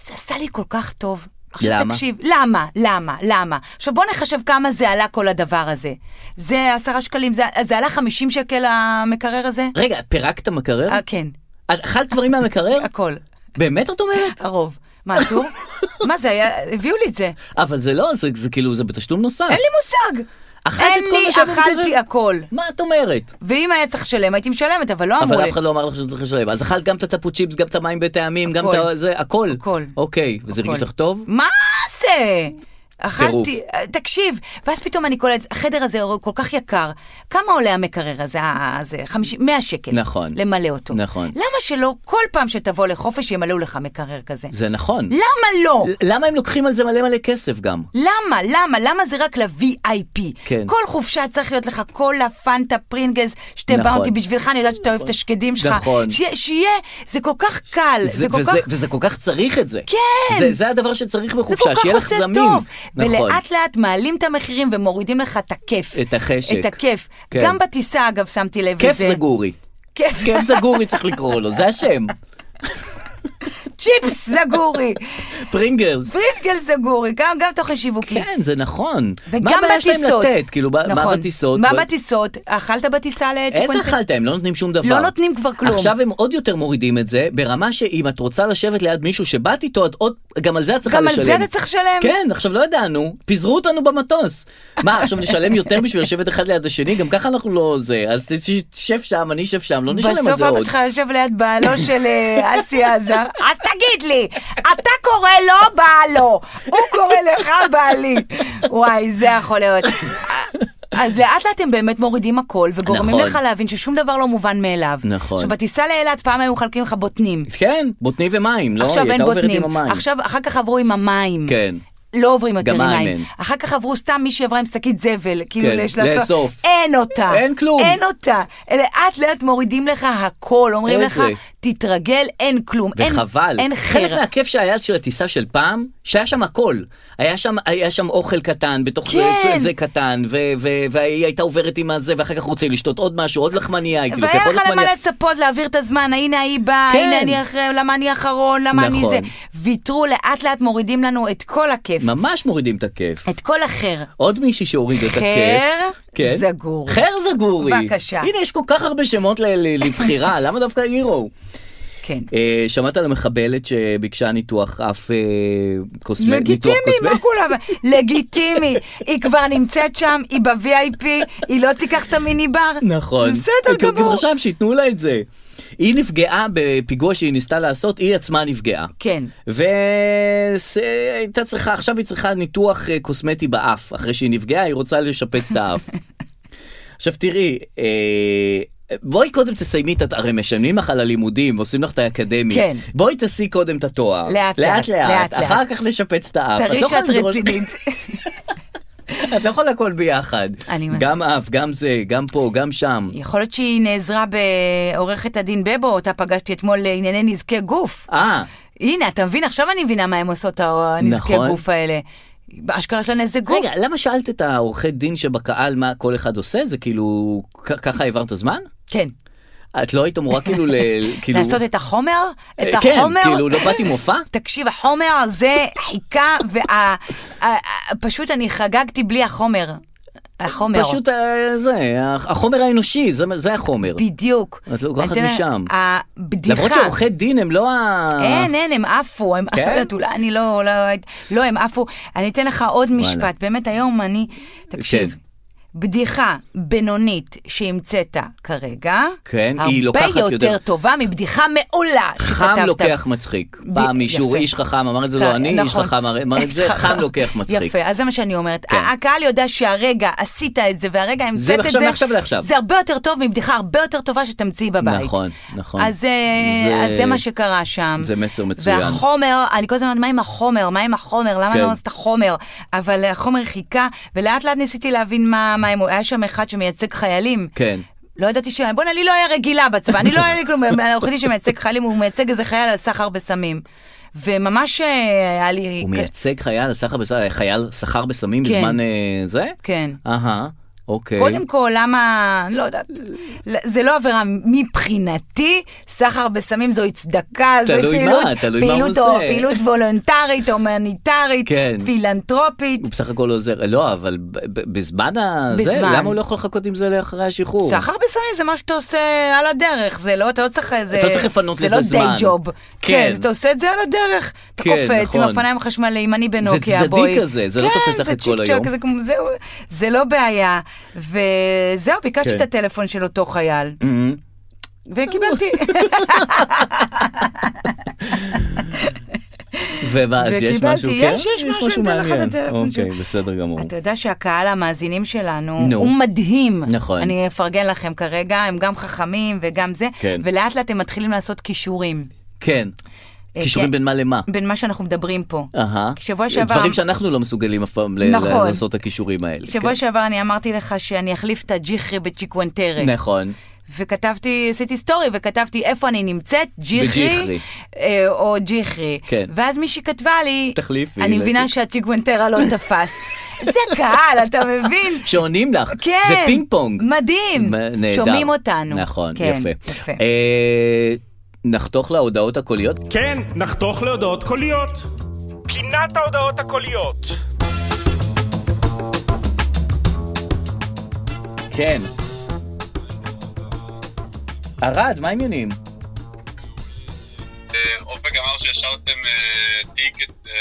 זה עשה לי כל כך טוב. עכשיו
למה?
תקשיב, למה? למה? למה? עכשיו בוא נחשב כמה זה עלה כל הדבר הזה. זה עשרה שקלים, זה, זה עלה 50 שקל המקרר הזה?
רגע, את פירקת מקרר?
אה, כן,
את אכלת דברים
<laughs>
מהמקרר?
הכל,
באמת את אומרת?
הרוב. מה, אסור? מה זה היה? הביאו לי את זה.
אבל זה לא, זה זה כאילו, זה בתשלום נוסף.
אין לי מושג.
אכלת
אין
את כל מה
לי,
שהיה במקרר?
אכלתי הכל.
מה את אומרת?
ואם היה צריך לשלם, הייתי משלמת, אבל לא אמרו
אבל
לי.
אף אחד לא אמר לך שצריך לשלם. אז אכלת גם את הטפו צ'יפס, גם את המים בטעמים, גם את
הכל.
ה- זה, הכל.
הכל.
אוקיי, וזה הרגיש
הכל.
לך טוב?
מה זה?
טירוף.
אכלתי, תקשיב, ואז פתאום אני קולטת, החדר הזה הוא כל כך יקר, כמה עולה המקרר הזה, ה- הזה 50, 100 שקל,
נכון.
למלא אותו.
נכון.
למה שלא כל פעם שתבוא לחופש ימלאו לך מקרר כזה?
זה נכון.
למה לא?
ל- למה הם לוקחים על זה מלא מלא כסף גם?
למה? למה? למה זה רק ל-VIP?
כן.
כל חופשה צריך להיות לך קולה, פנטה, פרינגלס, שתי
נכון.
באונטי בשבילך, אני יודעת שאתה אוהב את השקדים שלך.
נכון.
שיה- שיהיה, זה כל כך קל, זה, כל
וזה,
כך...
וזה כל כך צריך את זה.
כן!
זה, זה הדבר שצריך
זה כל
בחופשה,
כך
שיהיה לך
עושה
זמין.
טוב.
נכון.
ולאט לאט מעלים את המחירים ומורידים לך את הכיף.
את החשק.
את הכיף.
כן.
גם בטיסה, אגב, שמתי לב
כיף
לזה.
זה גורי.
כיף
כיף זה גורי צריך לקרוא לו, זה
<laughs>
השם.
צ'יפס זגורי.
פרינגלס.
פרינגל זגורי, גם גם תוכן שיווקי.
כן, זה נכון. מה
וגם
הבעיה שלהם
בטיסות.
לתת? כאילו, ב- מה
נכון.
בטיסות?
מה
ב-
בטיסות? אכלת בטיסה לצ'יקוונטין?
איזה אכלת? הם לא נותנים שום דבר.
לא נותנים כבר כלום.
עכשיו הם עוד יותר מורידים את זה, ברמה שאם את רוצה לשבת ליד מישהו שבאת איתו, את עוד, גם על זה את צריכה
גם על
לשלם.
זה אתה צריך לשלם?
כן, עכשיו לא ידענו, פיזרו אותנו במטוס. מה, עכשיו נשלם יותר בשביל לשבת אחד ליד השני? גם ככה אנחנו לא זה. אז ת- ש- תשב שם, אני אשב שם, לא נשלם על
בסוף
זה עוד.
אבא שלך יושב ליד בעלו של אה, אסי עזר, אז תגיד לי, אתה קורא לו בעלו, הוא קורא לך בעלי. וואי, זה יכול להיות. אז לאט לאט הם באמת מורידים הכל, וגורמים
נכון.
לך להבין ששום דבר לא מובן מאליו.
נכון.
שבטיסה לאילת פעם היו מחלקים לך בוטנים.
כן, בוטנים ומים, לא?
עכשיו
היא
אין
הייתה עוברת
בוטנים.
עם המים.
עכשיו, אחר כך עברו עם המים.
כן.
לא עוברים יותר
גם
עם
מים
מים.
אין.
אחר כך עברו סתם מישהי עברה עם שקית זבל, כאילו
כן,
יש לה
לאסוף.
אין אותה.
אין כלום.
אין אותה. לאט לאט מורידים לך הכל, אומרים לך,
איזה.
תתרגל, אין כלום. אין-
וחבל.
אין
חלק
חרא.
מהכיף שהיה של הטיסה של פעם, שהיה שם הכל. היה שם, היה שם אוכל קטן, בתוך
כן.
זה, זה קטן, ו- ו- והיא הייתה עוברת עם הזה, ואחר כך רוצים לשתות עוד משהו, עוד לחמניה, הייתי לוקח
והיה
עוד
לך למה
לחמניה.
לצפות להעביר את הזמן, הנה ההיא באה,
כן.
הנה אני אחרי, למה אני אחרון, למה אני
נכון.
זה. ויתרו, לאט לאט מורידים לנו את כל הכיף,
ממש מורידים את הכיף.
את כל החר.
עוד מישהי שהורידה את הכיף. כן.
זגורי.
חר זגורי.
בבקשה.
הנה, יש כל כך הרבה שמות ל- ל- לבחירה, למה דווקא הירו?
כן.
אה, שמעת על המחבלת שביקשה ניתוח אף אה, קוסמ- ניתוח
לגיטימי,
קוסמטי?
מה כולם? לגיטימי. היא כבר נמצאת שם, היא ב-VIP, היא לא תיקח את המיני בר.
נכון.
בסדר
היא כבר
גמור.
שם, שייתנו לה את זה. היא נפגעה בפיגוע שהיא ניסתה לעשות, היא עצמה נפגעה.
כן.
והייתה צריכה, עכשיו היא צריכה ניתוח אה, קוסמטי באף. אחרי שהיא נפגעה, היא רוצה לשפץ את
<laughs>
האף. עכשיו תראי, אה, בואי קודם תסיימי את, הרי משלמים לך על הלימודים, עושים לך את האקדמיה.
כן.
בואי תעשי קודם את התואר.
לאט, לאט,
לאט לאט.
לאט, לאט.
אחר כך לשפץ את האף. את לא
תראי
יכולה
שאת
לדרוש-
רצינית.
<laughs> את לא יכולה הכל ביחד.
אני מסכימה.
גם אף, גם זה, גם פה, גם שם.
<laughs> יכול להיות שהיא נעזרה בעורכת הדין בבו, אותה פגשתי אתמול לענייני נזקי גוף.
אה,
הנה, אתה מבין? עכשיו אני מבינה מה הם עושות, הנזקי
נכון.
גוף האלה. אשכרה יש לה נזק גוף.
רגע, למה שאלת את העורכי דין שבקהל מה כל אחד עושה? זה כאילו, כ- ככה העברת זמן?
כן.
את לא היית אמורה כאילו ל...
<laughs>
כאילו-
לעשות את החומר? את
אה,
החומר?
כן, כאילו, לא באתי מופע?
תקשיב, החומר הזה חיכה, ופשוט אני חגגתי בלי החומר. החומר.
פשוט אה, זה, החומר האנושי, זה- זה החומר.
בדיוק.
את לוקחת
אתה יודע,
משם.
הבדיחה.
למרות שעורכי דין הם לא ה...
אין, אין, הם עפו, הם,
כן?
את יודעת, אולי אני לא, לא, לא, הם עפו. אני אתן לך עוד משפט, באמת היום אני, תקשיב,
כן.
בדיחה בינונית שהמצאת כרגע,
כן, היא
הרבה
לוקחת
יותר,
יותר-
טובה מבדיחה מעולה
חם
שכתבת.
לוקח מצחיק.
ב-
פעם מישהו,
יפה.
איש חכם, אמר את זה לא
כן,
אני, איש
נכון.
חכם אמר
<laughs>
את זה,
איש
חם לוקח מצחיק. כן.
יפה, אז זה מה שאני אומרת. ה- הקהל יודע שהרגע עשית את זה, והרגע המצאת את
מעכשיו
זה,
לעכשיו לעכשיו.
זה הרבה יותר טוב מבדיחה הרבה יותר טובה שתמציא בבית.
נכון, נכון.
אז אה,
זה-
אז זה מה שקרה שם.
זה מסר מצוין.
והחומר, אני כל הזמן אומרת, מה עם החומר? מה עם החומר? למה
כן.
לא עשית חומר? אבל אה, החומר חיכה, ולאט לאט ניסיתי להבין מה מה הם... היה שם אחד שמייצג חיילים.
כן.
לא ידעתי ש... בוא'נה, לי לא היה רגילה בצבא, אני לא היה לי כלום, העורך דין שמייצג חיילים, הוא מייצג איזה חייל על סחר בסמים. וממש אה, היה לי...
הוא מייצג חייל על סחר בסמים, חייל סחר בסמים
כן.
בזמן אה, זה?
כן.
אהה, אוקיי.
קודם כל, למה, לא יודעת, זה לא עבירה מבחינתי, סחר בסמים זוהי צדקה, זוהי
תלוי
פעילות,
מה, תלוי מה הוא
פעילות,
עושה.
או, פעילות וולונטרית, הומניטרית,
כן.
פילנטרופית,
הוא בסך הכל עוזר, לא, אבל ב- ב- בזמן הזה,
בזמן.
למה הוא לא יכול לחכות עם זה לאחרי השחרור?
סחר בסמים זה מה שאתה עושה על הדרך, זה לא, אתה לא צריך איזה...
אתה לא צריך לפנות לזה
זה לא
זמן.
דיי ג'וב.
כן.
כן, אתה עושה את זה על הדרך. אתה
כן,
קופץ עם
נכון.
אופניים חשמליים, אני בנוקיה,
צדדי
בואי.
כזה, זה לא תופס לך את כל
כן, זה
היום.
צ'יק צ'ק, זה כמו- זהו, זה לא בעיה. וזהו, ביקשתי
כן. Mm-hmm.
את הטלפון של אותו חייל.
<laughs>
וקיבלתי,
ומה, אז יש
וקיבלתי,
משהו,
יש,
כן?
יש משהו, אני אתן לך את
מעניין.
הטלפון
אוקיי,
שלי.
בסדר גמור.
אתה יודע שהקהל המאזינים שלנו
נו.
הוא מדהים.
נכון.
אני אפרגן לכם כרגע, הם גם חכמים וגם זה,
כן.
ולאט לאט הם מתחילים לעשות כישורים.
כן.
אה,
קישורים
כן.
בין מה למה.
בין מה שאנחנו מדברים פה.
אהה.
כי שבוע שעבר...
דברים שאנחנו לא מסוגלים אף פעם ל-
נכון.
לעשות את הכישורים האלה.
שבוע
כן.
שעבר אני אמרתי לך שאני אחליף את הג'יחרי בצ'יקוונטרה.
נכון.
וכתבתי, עשיתי סטורי וכתבתי איפה אני נמצאת,
בג'יחרי.
ג'יחרי אה, או ג'יחרי.
כן.
ואז מישהי כתבה לי,
תחליפי,
אני
לא
מבינה
יודעת."
שהצ'יקוונטרה לא
<laughs>
תפס. זה קהל, אתה מבין?
שעונים לך.
כן.
זה פינג פונג.
מדהים.
מ- נהדר.
שומעים אותנו.
נכון,
כן,
יפה.
יפה.
אה, נחתוך להודעות הקוליות?
כן, נחתוך להודעות קוליות. פינת ההודעות הקוליות.
כן. ערד, מה העניינים?
אה, אופק אמר שהשארתם אה, תיק, אה,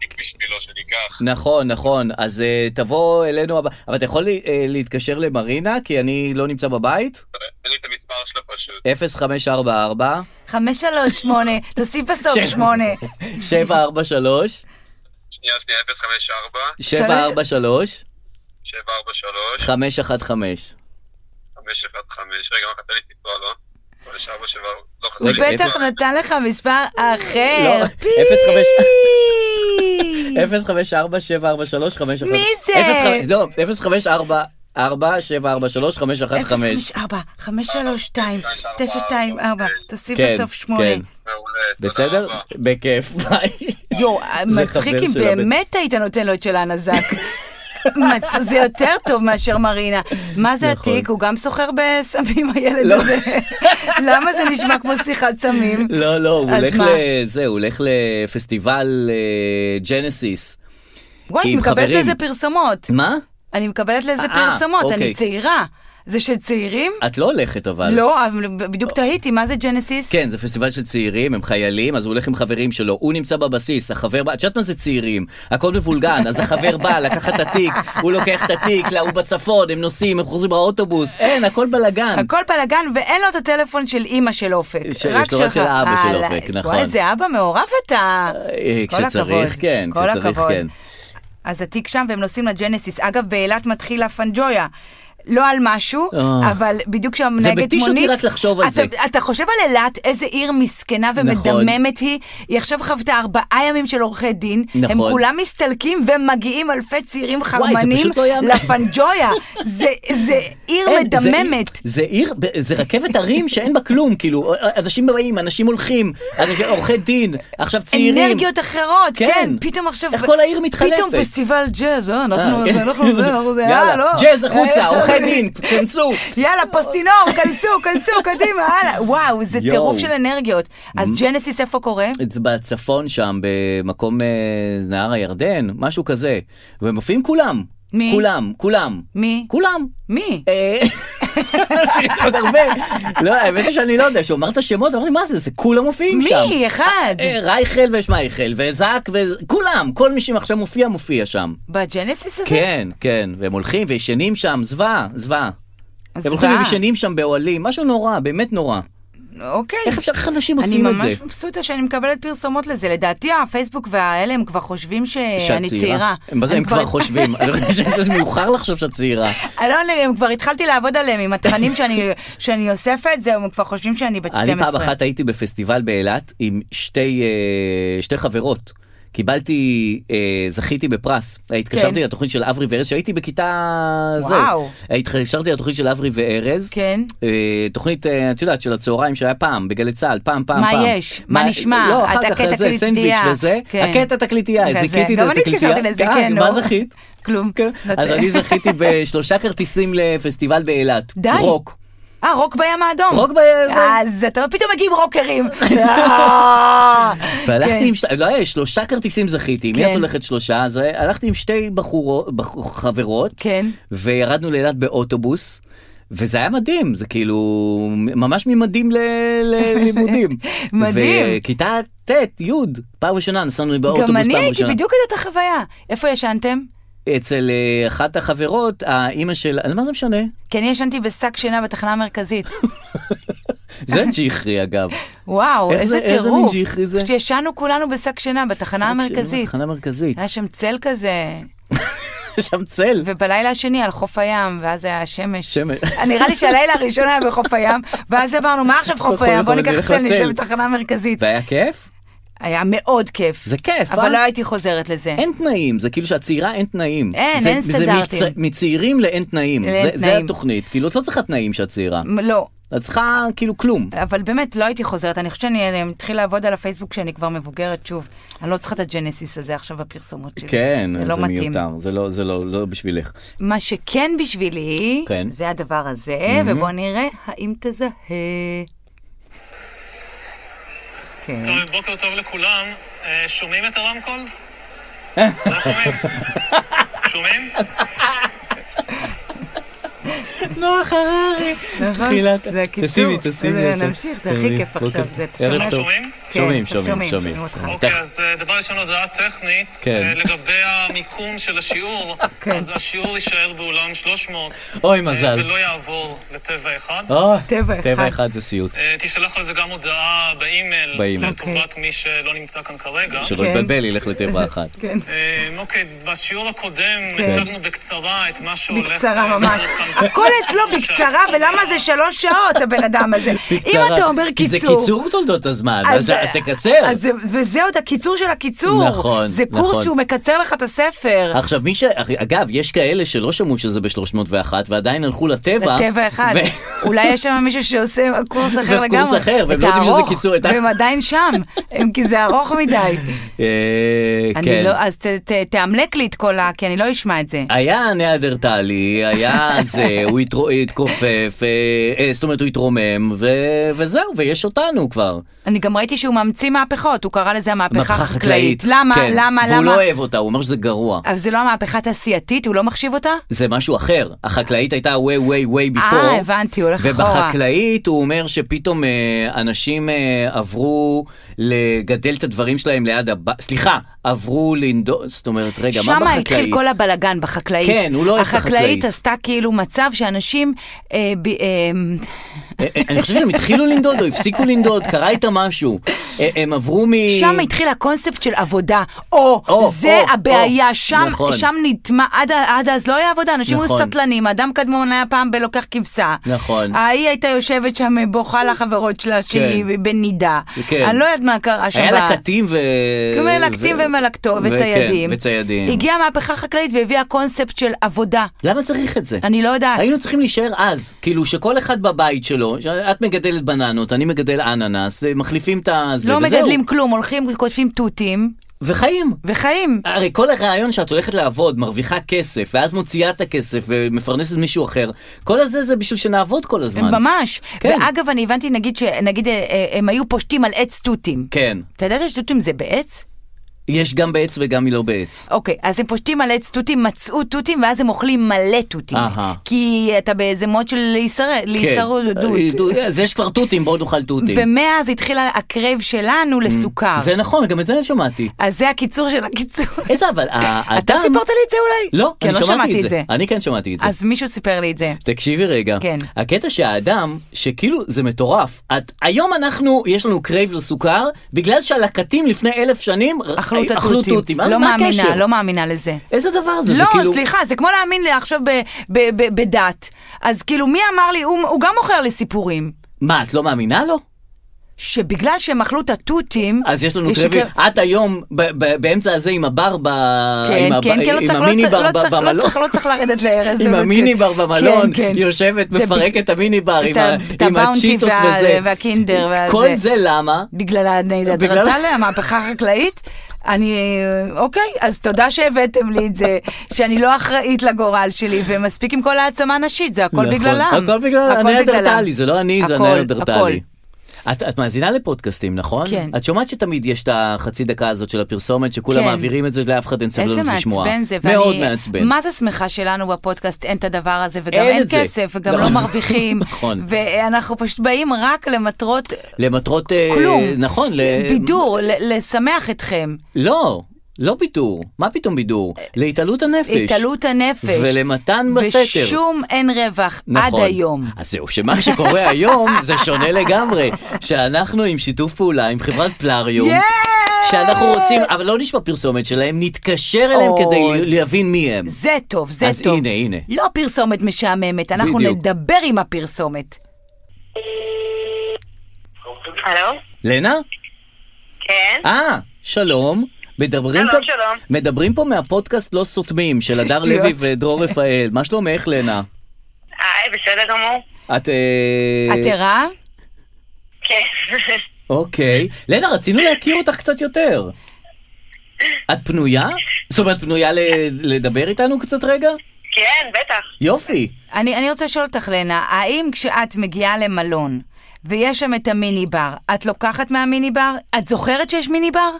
תיק בשבילו שניקח.
נכון, נכון. אז אה, תבוא אלינו, הב- אבל אתה יכול לי- אה, להתקשר למרינה? כי אני לא נמצא בבית?
אין לי את המספר שלו פשוט.
0544
חמש, שלוש, שמונה,
<laughs>
תוסיף בסוף שמונה.
743
שנייה, שנייה, 054,
743
743,
515
515. רגע, מה חסר לי סיפור, לא? 547, לא חסר
הוא
<laughs>
לי
רגע,
בטח
סיפור.
נתן לך מספר אחר.
לא,
פי!
<laughs> 054 743 515
מי זה?
לא, 054 4 743 515
054, 532, 924, תוסיף
כן,
בסוף שמונה.
כן.
מעולה, תודה
בסדר?
רבה.
בכיף, <laughs> ביי.
יואו, אה,
זה
מצחיק
חבר
אם
של הבן.
באמת היית נותן לו את של הנזק.
<laughs>
מצ- זה יותר טוב מאשר מרינה. מה זה
נכון.
התיק? הוא גם סוחר
<laughs>
בסמים, הילד
לא.
הזה. למה זה נשמע כמו שיחת סמים?
לא, לא, הוא
אז
הולך
מה?
לזה, הוא הולך לפסטיבל אה, ג'נסיס.
וואי, אני
עם
מקבלת
חברים.
לזה פרסומות.
מה?
אני מקבלת לזה
אה,
פרסומות,
אוקיי.
אני צעירה. זה של צעירים?
את לא הולכת אבל.
לא, אבל בדיוק תהיתי, מה זה ג'נסיס?
כן, זה פסטיבל של צעירים, הם חיילים, אז הוא הולך עם חברים שלו, הוא נמצא בבסיס, החבר בא, את יודעת מה זה צעירים? הכל מבולגן, אז החבר בא לקח את התיק, הוא לוקח את התיק, להוא בצפון, הם נוסעים, הם חוזרים באוטובוס, אין, הכל בלאגן.
הכל בלאגן, ואין לו את הטלפון של אימא של אופק.
ש- יש לו רק של האבא
אה,
של
לא.
אופק, נכון.
וואי, איזה אבא מעורב אתה.
אה,
כל
כשצריך,
הכבוד,
כן,
כל
כשצריך,
הכבוד.
כן.
אז התיק שם והם נוסעים לג'נסיס. אגב, באילת מתחיל הפנג'ויה. לא על משהו,
אה.
אבל בדיוק
זה
כשהנהגת
מתיש אותי
מונית...
רק לחשוב על
אתה-
זה. נכון.
אתה חושב על אילת, איזה עיר מסכנה ומדממת היא. היא עכשיו חוותה ארבעה ימים של עורכי דין. הם
נכון.
כולם מסתלקים ומגיעים אלפי צעירים
וואי, זה
חרמנים
פשוט לא ייאמן.
לפנג'ויה. זה זה עיר
אין, זה
לא, מדממת.
עיר- זה עיר, זה רכבת הרים שאין בה כלום, כאילו, אנשים באים, אנשים הולכים, אנשים- עורכי דין, עכשיו צעירים.
אנרגיות אחרות,
כן.
כן. פתאום עכשיו...
איך כל העיר מתחלפת.
פתאום פסטיבל ג'אז, אה,
אה,
אנחנו
כן.
זה, אנחנו זה, אנחנו זה,
יאללה,
אה, לא.
ג'אז החוצה,
אה,
עורכי בית דין, כנסו.
יאללה, פוסטינור, כנסו, כנסו, קדימה, הלאה. וואו, זה
יואו.
טירוף של אנרגיות. אז ג'נסיס איפה קורה?
בצפון שם, במקום אה, נהר הירדן, משהו כזה. ומופיעים כולם.
מי?
כולם, כולם.
מי?
כולם.
מי?
אה, יש עוד הרבה. לא, האמת היא שאני לא יודע, כשהוא אמר את השמות, אמרתי, מה זה, זה כולם מופיעים שם.
מי? אחד.
אה, רייכל ושמייכל, וזאק, וכולם, כל מי שמעכשיו מופיע, מופיע שם.
בג'נסיס הזה?
כן, כן, והם הולכים וישנים שם, זוועה, זוועה. הם הולכים
זוועה.
וישנים שם באוהלים, משהו נורא, באמת נורא.
אוקיי.
איך אפשר, איך אנשים עושים את זה?
אני ממש מבסוטה שאני מקבלת פרסומות לזה. לדעתי הפייסבוק והאלה הם כבר חושבים שאני
שאת
אה, צעירה.
מה זה
אני
הם כבר חושבים? אני חושב שזה מאוחר לחשוב שאת
<laughs>
צעירה.
אלון, הם כבר התחלתי לעבוד עליהם עם
<laughs>
התכנים שאני- שאני אוספת, זהו, הם כבר חושבים שאני בת 12.
אני פעם אחת הייתי בפסטיבל באילת עם שתי, אה, שתי חברות. קיבלתי, אה, זכיתי בפרס. התקשרתי לתוכנית של אברי וארז, שהייתי בכיתה... זה.
כן. וואו.
התקשרתי לתוכנית של אברי וארז.
כן.
אה, תוכנית, אה, את יודעת, של הצהריים שהיה פעם, בגלי צה"ל, פעם, פעם,
מה
פעם.
יש? מה נשמע?
לא,
את
אחר כך,
הקטע
אחרי זה, סנדוויץ'
קליטייה.
וזה.
כן.
הקטע תקליטייה,
כזה.
זיכיתי את
גם אני
התקליטייה.
התקשרתי לזה,
אה,
כן,
מה
נו.
זכית?
כלום.
כן.
נות-
אז אני זכיתי בשלושה כרטיסים לפסטיבל באילת.
די.
רוק.
<laughs> אה, רוק בים האדום.
רוק בים- זה-
אז אתה לא פתאום מגיעים
<laughs>
רוקרים. כן.
והלכתי עם, ש... לא היה, שלושה כרטיסים זכיתי,
כן.
מי את הולכת שלושה? אז אה, הלכתי עם שתי בחורות, בח... חברות,
כן.
וירדנו לאילת באוטובוס, וזה היה מדהים, זה כאילו, ממש ממדים ל... ללימודים.
<laughs> מדהים.
וכיתה ט', י', פעם ראשונה נסענו באוטובוס
גם
פעם ראשונה.
אני הייתי בדיוק את אותה חוויה. איפה ישנתם?
אצל אה, אחת החברות, האימא של, על מה זה
<laughs>
משנה?
כי אני ישנתי בשק שינה בתחנה המרכזית.
זה ג'יחרי אגב.
וואו,
איך
איזה
זה- איזה
טירוף.
מין ג'יחרי זה?
פשוט ישנו כולנו בשק שינה בתחנה המרכזית.
תחנה מרכזית.
היה שם צל כזה,
שם צל.
ובלילה השני על חוף הים, ואז היה השמש.
שמש.
אה, נראה לי שהלילה הראשון היה בחוף הים, ואז אמרנו, מה עכשיו חוף
הים,
הים? בוא
אבל
ניקח
נלך
צל,
לצל."
נשב בתחנה המרכזית.
והיה כיף?
היה מאוד כיף.
זה כיף, אה?
אבל לא הייתי חוזרת לזה.
אין תנאים, זה כאילו שאת צעירה אין תנאים.
אין,
זה,
אין סטנדרטים.
זה מצ... מצעירים לאין תנאים.
לאין
זה, זה
תנאים.
התוכנית, כאילו את לא צריכה תנאים שאת צעירה.
לא.
את צריכה כאילו כלום.
אבל באמת, לא הייתי חוזרת. אני חושבת שאני אני מתחיל לעבוד על הפייסבוק כשאני כבר מבוגרת, שוב. אני לא צריכה את הג'נסיס הזה עכשיו בפרסומות שלי.
כן,
זה לא מתאים.
מיותר, זה לא, זה לא, לא בשבילך.
מה שכן בשבילי,
כן.
זה הדבר הזה, ובואו נראה האם תזהה. כן.
טוב, בוקר טוב לכולם. אה, שומעים את
<laughs>
הרמקול? לא שומעים. שומעים?
נוח הררי.
נכון?
תחילת-
אה, זה הקיצור.
תשימי, תשימי
זה-
את זה.
נמשיך, זה הכי
תשימי,
כיף עכשיו.
אוקיי.
זה-
ערב
לא
שומע-
טוב.
שומעים?
כן,
שומעים,
עכשיו
שומעים,
שומעים
שומעים.
אותך.
אוקיי, אז אה, דבר ראשון, הודעה טכנית.
כן.
אה, לגבי המיקום של השיעור,
כן.
אז השיעור יישאר באולם 300.
אוי,
אה,
מזל. אה.
זה לא יעבור לטבע אחד.
אוי,
טבע אחד. כן.
טבע אחד זה סיוט.
אה, תשלח על זה גם הודעה באימייל,
באימייל.
לטובת מי שלא נמצא כאן כרגע.
שלא
כן.
יתבלבל, ילך לטבע
<laughs>
אחת.
כן.
אה, אוקיי, בשיעור הקודם
כן.
הצגנו בקצרה את מה שהולך...
בקצרה
אה,
ממש.
כאן.
הכל
<laughs>
אצלו בקצרה, ולמה זה שלוש שעות, הבן אדם הזה? אם
קצרה.
אתה אומר
כי זה
קיצור...
קיצור תולדות הזמן, אז אז תקצר.
אז זה- וזה עוד הקיצור של הקיצור.
נכון,
זה קורס
נכון.
שהוא מקצר לך את הספר.
עכשיו מי ש... אגב, יש כאלה שלא שמעו שזה ב-301 ועדיין הלכו לטבע.
לטבע אחד.
ו-
<laughs> אולי יש שם מישהו שעושה קורס אחר
וקורס
לגמרי.
אחר, והם
את
לא יודעים שזה
הארוך,
קיצור, את ה-
והם עדיין שם, הם- כי זה ארוך
<laughs>
מדי.
אה,
אני
כן.
לא, אז ת- ת- תאמלק לי את כל ה... כי אני לא אשמע את זה.
היה ניאדרטלי, היה זה, <laughs> הוא התרו- התכופף, אה, אה, זאת אומרת הוא התרומם, ו- וזהו, ויש אותנו כבר.
אני גם ראיתי שהוא ממציא מהפכות, הוא קרא לזה המהפכה
מהפכה
החקלאית. למה?
כן.
למה?
והוא לא
למה?
אוהב אותה, הוא אומר שזה גרוע.
אבל זה לא המהפכה התעשייתית, הוא לא מחשיב אותה?
זה משהו אחר, החקלאית הייתה way way way before.
אה, הבנתי, הוא הולך אחורה.
ובחקלאית הוא אומר שפתאום אה, אנשים אה, עברו לגדל את הדברים שלהם ליד הבית, סליחה, עברו לנדוד, זאת אומרת, רגע, מה
שם
בחקלאית?
התחיל כל הבלגן בחקלאית.
כן, הוא לא אוהב את
החקלאית
החקלאית.
עשתה כאילו מצב שאנשים... אה, ב- אה,
אה, אה, אני חושב שהם התחילו לנדוד או הפסיקו לנדוד, קרה איתם משהו. אה, הם עברו מ...
שם התחיל הקונספט של עבודה. או,
או,
זה
או,
הבעיה,
או,
שם,
נכון.
שם נטמע, עד, ה- עד אז לא היה עבודה, אנשים היו
נכון.
סטלנים, אדם קדמון היה פעם בלוקח כבשה.
נכון.
ההיא הייתה יושבת שם בוכה לחברות שלה שהיא בנידה.
כן.
אני לא יודעת מה קרה כן, שם.
היה
ב-
לקטים ו...
מלקטים
ו-
ומלקטו
וכן,
וציידים.
וציידים.
הגיעה מהפכה חקלאית והביאה קונספט של עבודה.
למה צריך את זה?
אני לא יודעת.
היינו צריכים להישאר אז, כאילו שכל אחד בבית שלו, את מגדלת בננות, אני מגדל אננס, מחליפים את הזה,
לא
וזהו.
מגדלים כלום, הולכים, כותבים תותים,
וחיים.
וחיים.
הרי כל הרעיון שאת הולכת לעבוד, מרוויחה כסף, ואז מוציאה את הכסף ומפרנסת מישהו אחר, כל הזה זה בשביל שנעבוד כל הזמן.
ממש.
כן.
ואגב, אני הבנתי, נגיד, שנגיד, אה, אה, הם היו פושטים על עץ תותים.
כן.
אתה ידעת שתותים זה בעץ?
יש גם בעץ וגם לא בעץ.
אוקיי, אז הם פושטים על עץ תותים, מצאו תותים, ואז הם אוכלים מלא תותים.
אהה.
כי אתה באיזה מוד של להישרד-
כן.
להישרדות.
אז יש כבר תותים, בואו נאכל תותים.
ומאז התחיל הקרב שלנו לסוכר.
Mm. זה נכון, גם את זה שמעתי.
אז זה הקיצור של הקיצור.
איזה אבל, אה, האדם...
אתה סיפרת לי את זה אולי?
לא,
כי
אני
אני לא
שמעתי
שמעתי את זה.
אני כן שמעתי את זה.
אז מישהו סיפר לי את זה.
תקשיבי רגע,
כן.
הקטע שהאדם, שכאילו זה מטורף, את, היום אנחנו, יש לנו קרייב לסוכר, בגלל שהלקטים לפני אלף שנים
אכלו את
אכלו
התותים.
תותים, אז
לא
מה
מאמינה,
הקשר?
לא מאמינה לזה.
איזה דבר זה?
לא,
זה כאילו...
סליחה, זה כמו להאמין לי עכשיו ב- ב- ב- בדת. אז כאילו, מי אמר לי, הוא הוא גם מוכר לי סיפורים.
מה, את לא מאמינה לו?
שבגלל שהם אכלו את התותים...
אז יש לנו
יש
קרייב,
קר-
את היום ב- ב- באמצע הזה עם הבר, ב...
כן,
אה, עם, הב-
כן, כן, לא
עם
צריך,
המיני
לא צריך,
בר
לא
ב-
צריך, לא
במלון.
צריך, לא כן, צריך לרדת לארז.
עם המיני בר במלון, יושבת, מפרקת את המיני בר, עם ה- עם הצ'יטוס וזה.
והקינדר והזה.
כל זה למה?
בגלל
בגלל-
הדרטלה, המהפכה החקלאית. אני, אוקיי, אז תודה שהבאתם לי
<laughs>
את זה, שאני לא אחראית לגורל שלי, ומספיק עם כל העצמה נשית, זה הכל
נכון.
בגללם.
הכל בגלל
הכל
הנאדרטלי,
בגללם.
זה לא אני, זה
הכל,
הנאדרטלי.
הכל.
את, את מאזינה לפודקאסטים, נכון?
כן.
את שומעת שתמיד יש את החצי דקה הזאת של הפרסומת, שכולם
כן.
מעבירים את זה, לאף אחד אין
איזה
סבלנות לשמוע.
מעצבן זה,
מאוד מעצבן.
מה זה שמחה שלנו בפודקאסט, אין את הדבר הזה, וגם
אין
אין
את זה.
כסף, וגם
נכון.
לא מרוויחים,
<laughs> נכון.
ואנחנו פשוט באים רק למטרות
למטרות... אה,
כלום.
נכון, ל-
בידור, ל- לשמח אתכם.
לא, לא בידור. מה פתאום בידור? להתעלות הנפש.
אה, התעלות הנפש.
ולמתן בסתר.
ושום אין רווח,
נכון.
עד היום.
אז זהו, שמה שקורה היום זה שונה
<laughs>
לגמרי, שאנחנו עם שיתוף פעולה עם חברת פלאריום.
יאיי!
שאנחנו רוצים, אבל לא נשמע פרסומת שלהם, נתקשר אליהם
אוי.
כדי להבין מי הם.
זה טוב, זה
אז
טוב.
הנה, הנה.
לא פרסומת משעממת, אנחנו
בדיוק.
נדבר עם הפרסומת.
הלו?
לנה?
כן?
אה, שלום. מדברים
שלום,
פה,
שלום.
מדברים פה מהפודקאסט לא סותמים של הדר
שטויות.
לוי ודרור רפאל. מה שלומך, לנה?
היי, בסדר גמור?
את... אה,
את ערה?
כן. <laughs>
אוקיי. לנה, רצינו להכיר אותך קצת יותר. את פנויה? זאת אומרת, פנויה ל- לדבר איתנו קצת רגע?
כן, בטח.
יופי.
אני, אני רוצה לשאול אותך, לנה, האם כשאת מגיעה למלון ויש שם את המיני בר, את לוקחת מהמיני בר? את זוכרת שיש מיני בר?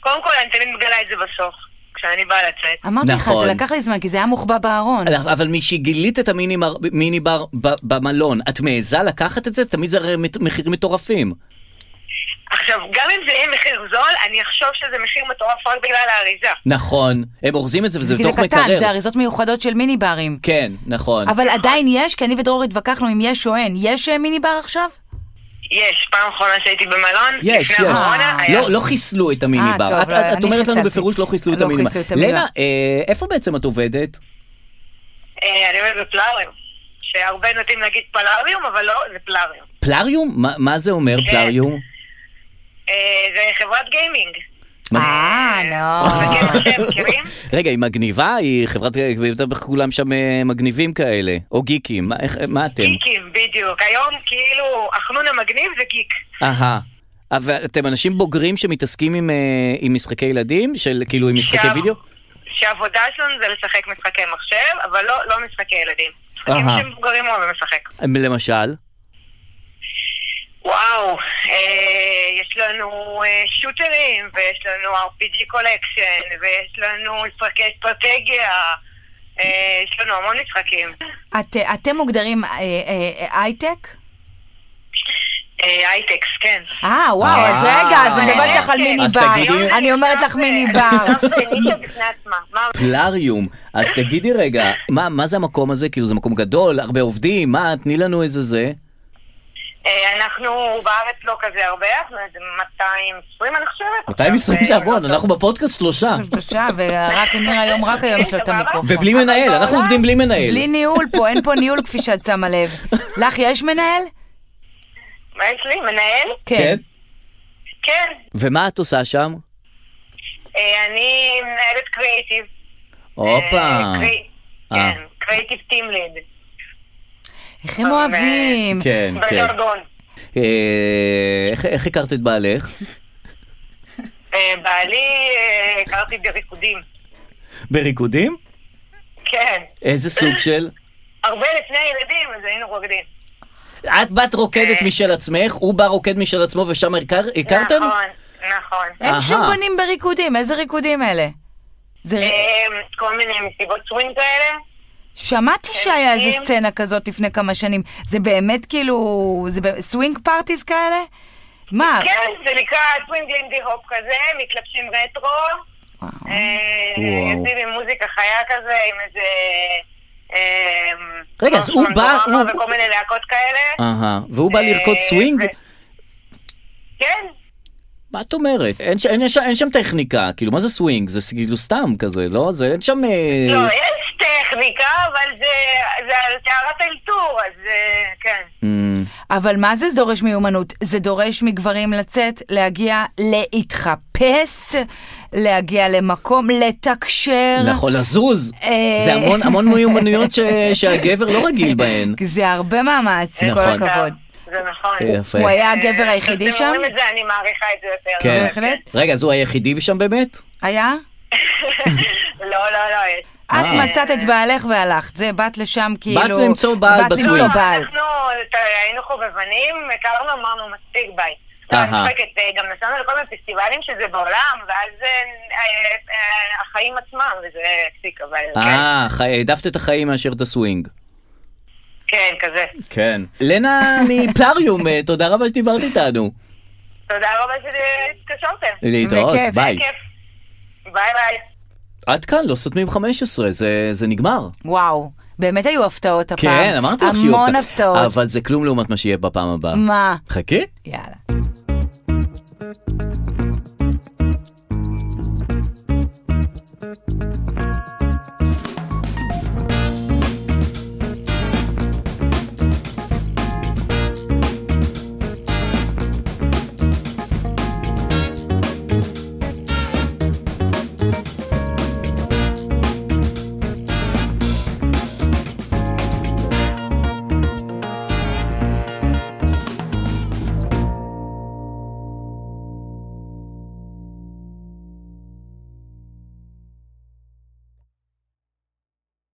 קודם כל, אני תמיד מגלה את זה בסוף, כשאני באה לצאת.
אמרתי לך,
נכון.
זה לקח לי זמן, כי זה היה מוחבא בארון.
אבל משגילית את המיני מר- מיני בר ב- במלון, את מעיזה לקחת את זה? תמיד זה הרי מת- מחירים מטורפים.
עכשיו, גם אם זה יהיה מחיר זול, אני אחשוב שזה מחיר מטורף רק בגלל האריזה.
נכון, הם אורזים את זה וזה
כי זה
בתוך
קטן,
מקרר.
זה אריזות מיוחדות של מיני ברים.
כן, נכון.
אבל עדיין יש, כי אני ודרור התווכחנו אם יש או אין. יש אה, מיני בר עכשיו?
יש, פעם אחרונה שהייתי במלון,
יש, יש.
לפני הקורונה, היה...
לא, לא חיסלו את המיני
אה,
בר.
טוב,
את-
לא,
את- את
אני
אומרת לנו
חיסלתי.
בפירוש לא חיסלו את
לא
המיני בר.
חיסלו את המיני
לנה,
בר.
אה, איפה בעצם את עובדת?
אה, אני אומרת, זה פלאריום. שהרבה נוטים להגיד פלאריום, אבל לא, זה פלאריום.
פלאריום? מה- מה זה אומר
כן.
פלאריום?
אה, זה חברת גיימינג.
אה, לא.
מגן השם,
<laughs>
אה, מכירים?
רגע, היא מגניבה? היא חברת... כולם שם אה, מגניבים כאלה. או גיקים. מה- איך- מה אתם?
גיקים, בדיוק. היום כאילו, החנון המגניב זה גיק.
אהה. אבל אתם אנשים בוגרים שמתעסקים עם, אה, עם משחקי ילדים? של כאילו עם משחקי
שם.
וידאו?
שהעבודה שלנו זה לשחק משחקי מחשב, אבל לא, לא משחקי ילדים. משחקים
אהה.
שמבוגרים אוהבים לשחק.
אה, למשל?
וואו, אה, יש לנו אה, שוטרים, ויש לנו RPG קולקשן, ויש לנו משחקי אסטרטגיה, אה, יש לנו המון משחקים.
את, אה, אתם מוגדרים אה, אה, אה, הייטק?
אה, הייטקס, כן. אה,
אה, וואו, אז רגע, אז אני מדברת לך על מיני
אז
לא,
תגידי-
בר. אני אומרת לך מיני בר.
עכשיו אה, לא, זה נישה בפני עצמה. מה-
פלאריום. אז תגידי רגע, מה, מה זה המקום הזה? כאילו זה מקום גדול, הרבה עובדים, מה? תני לנו איזה זה.
אה, אנחנו בארץ לא כזה הרבה, אנחנו איזה 220 אני חושבת.
220
עכשיו,
זה
אה,
המון,
לא
אנחנו בפודקאסט שלושה.
בבקשה, ורק ניר היום, רק היום יש לו את המיקרופון.
ובלי מנהל, אנחנו עובדים בלי מנהל.
בלי ניהול פה, אין פה ניהול כפי שאת שמה לב. לך יש מנהל?
טוב. מה יש לי? מנהל?
כן.
כן.
ומה את עושה שם?
אה, אני מנהלת קריאיטיב.
הופה. אה.
כן, קריאיטיב טים ליד.
איך הם אוהבים.
כן, כן.
בז'רגון.
אה, איך- איך הכרת את בעלך?
אה, בעלי אה, הכרתי בריקודים.
בריקודים?
כן.
איזה סוג של?
הרבה לפני הילדים, אז היינו רוקדים.
את בת רוקדת
אה.
משל עצמך, הוא בא רוקד משל עצמו ושם הכר- הכרתם?
נכון, נכון.
אין
אהה.
שום בנים בריקודים, איזה ריקודים אלה? זה...
אה, כל מיני מסיבות סווינג כאלה.
שמעתי שהיה
חלקים.
איזה סצנה כזאת לפני כמה שנים. זה באמת כאילו... זה ב- סווינג פארטיז כאלה? מה?
כן, זה נקרא טווינג לינדי הופ כזה, מתלבשים רטרו.
וואו.
אה,
וואו.
יוצאים עם מוזיקה חיה כזה, עם איזה... אה,
רגע, אז הוא בא-
פנדורמה
הוא-
וכל מיני להקות כאלה.
אהה, והוא בא לרקוד
אה,
סווינג?
ו- כן,
מה את אומרת? אין ש- אין ש- אין שם טכניקה, כאילו מה זה סווינג? זה כאילו סתם כזה, לא? זה אין שם... אה,
לא, יש טכניקה, אבל זה- זה על טהרת אלתור, אז אה, כן.
אמ,
אבל מה זה דורש מיומנות? זה דורש מגברים לצאת, להגיע להתחפש, להגיע למקום, לתקשר.
נכון, לזוז.
אה.
זה המון המון מיומנויות ש- שהגבר לא רגיל בהן.
כי זה הרבה מאמץ, עם כל
נכון.
הכבוד.
זה נכון.
יפה.
הוא היה
אה,
הגבר היחידי
אתם
שם?
אומרים את זה, אני מעריכה את זה יותר.
כן.
בהחלט.
רגע, אז הוא היחידי שם באמת?
היה?
לא, לא, לא, יש.
אה.
את מצאת את בעלך והלכת, זה באת לשם כאילו...
למצוא בעל
באת
בסווינג.
למצוא
לא,
בעל.
אנחנו אתה- היינו חובבנים, הכרנו, אמרנו מספיק ביי. לא,
אהה.
אני צוחקת, אה, גם נסענו לכל מיני פסטיבלים שזה בעולם, ואז אה, אה, אה, החיים עצמם, וזה הפסיק, אבל כן,
אה, ח- העדפת את החיים מאשר את הסווינג.
כן, כזה.
כן. לנה מפלריום, אה, תודה רבה שדיברת איתנו.
תודה רבה שהתקשרתם.
להתראות,
בכיף.
ביי.
כיף. ביי ביי.
עד כאן, לא סותמים 15, זה- זה נגמר.
וואו, באמת היו הפתעות הפעם.
כן, אמרתי לך שיהיו
המון הפתעות.
אבל זה כלום לעומת מה שיהיה בפעם הבאה.
מה?
חכי.
יאללה.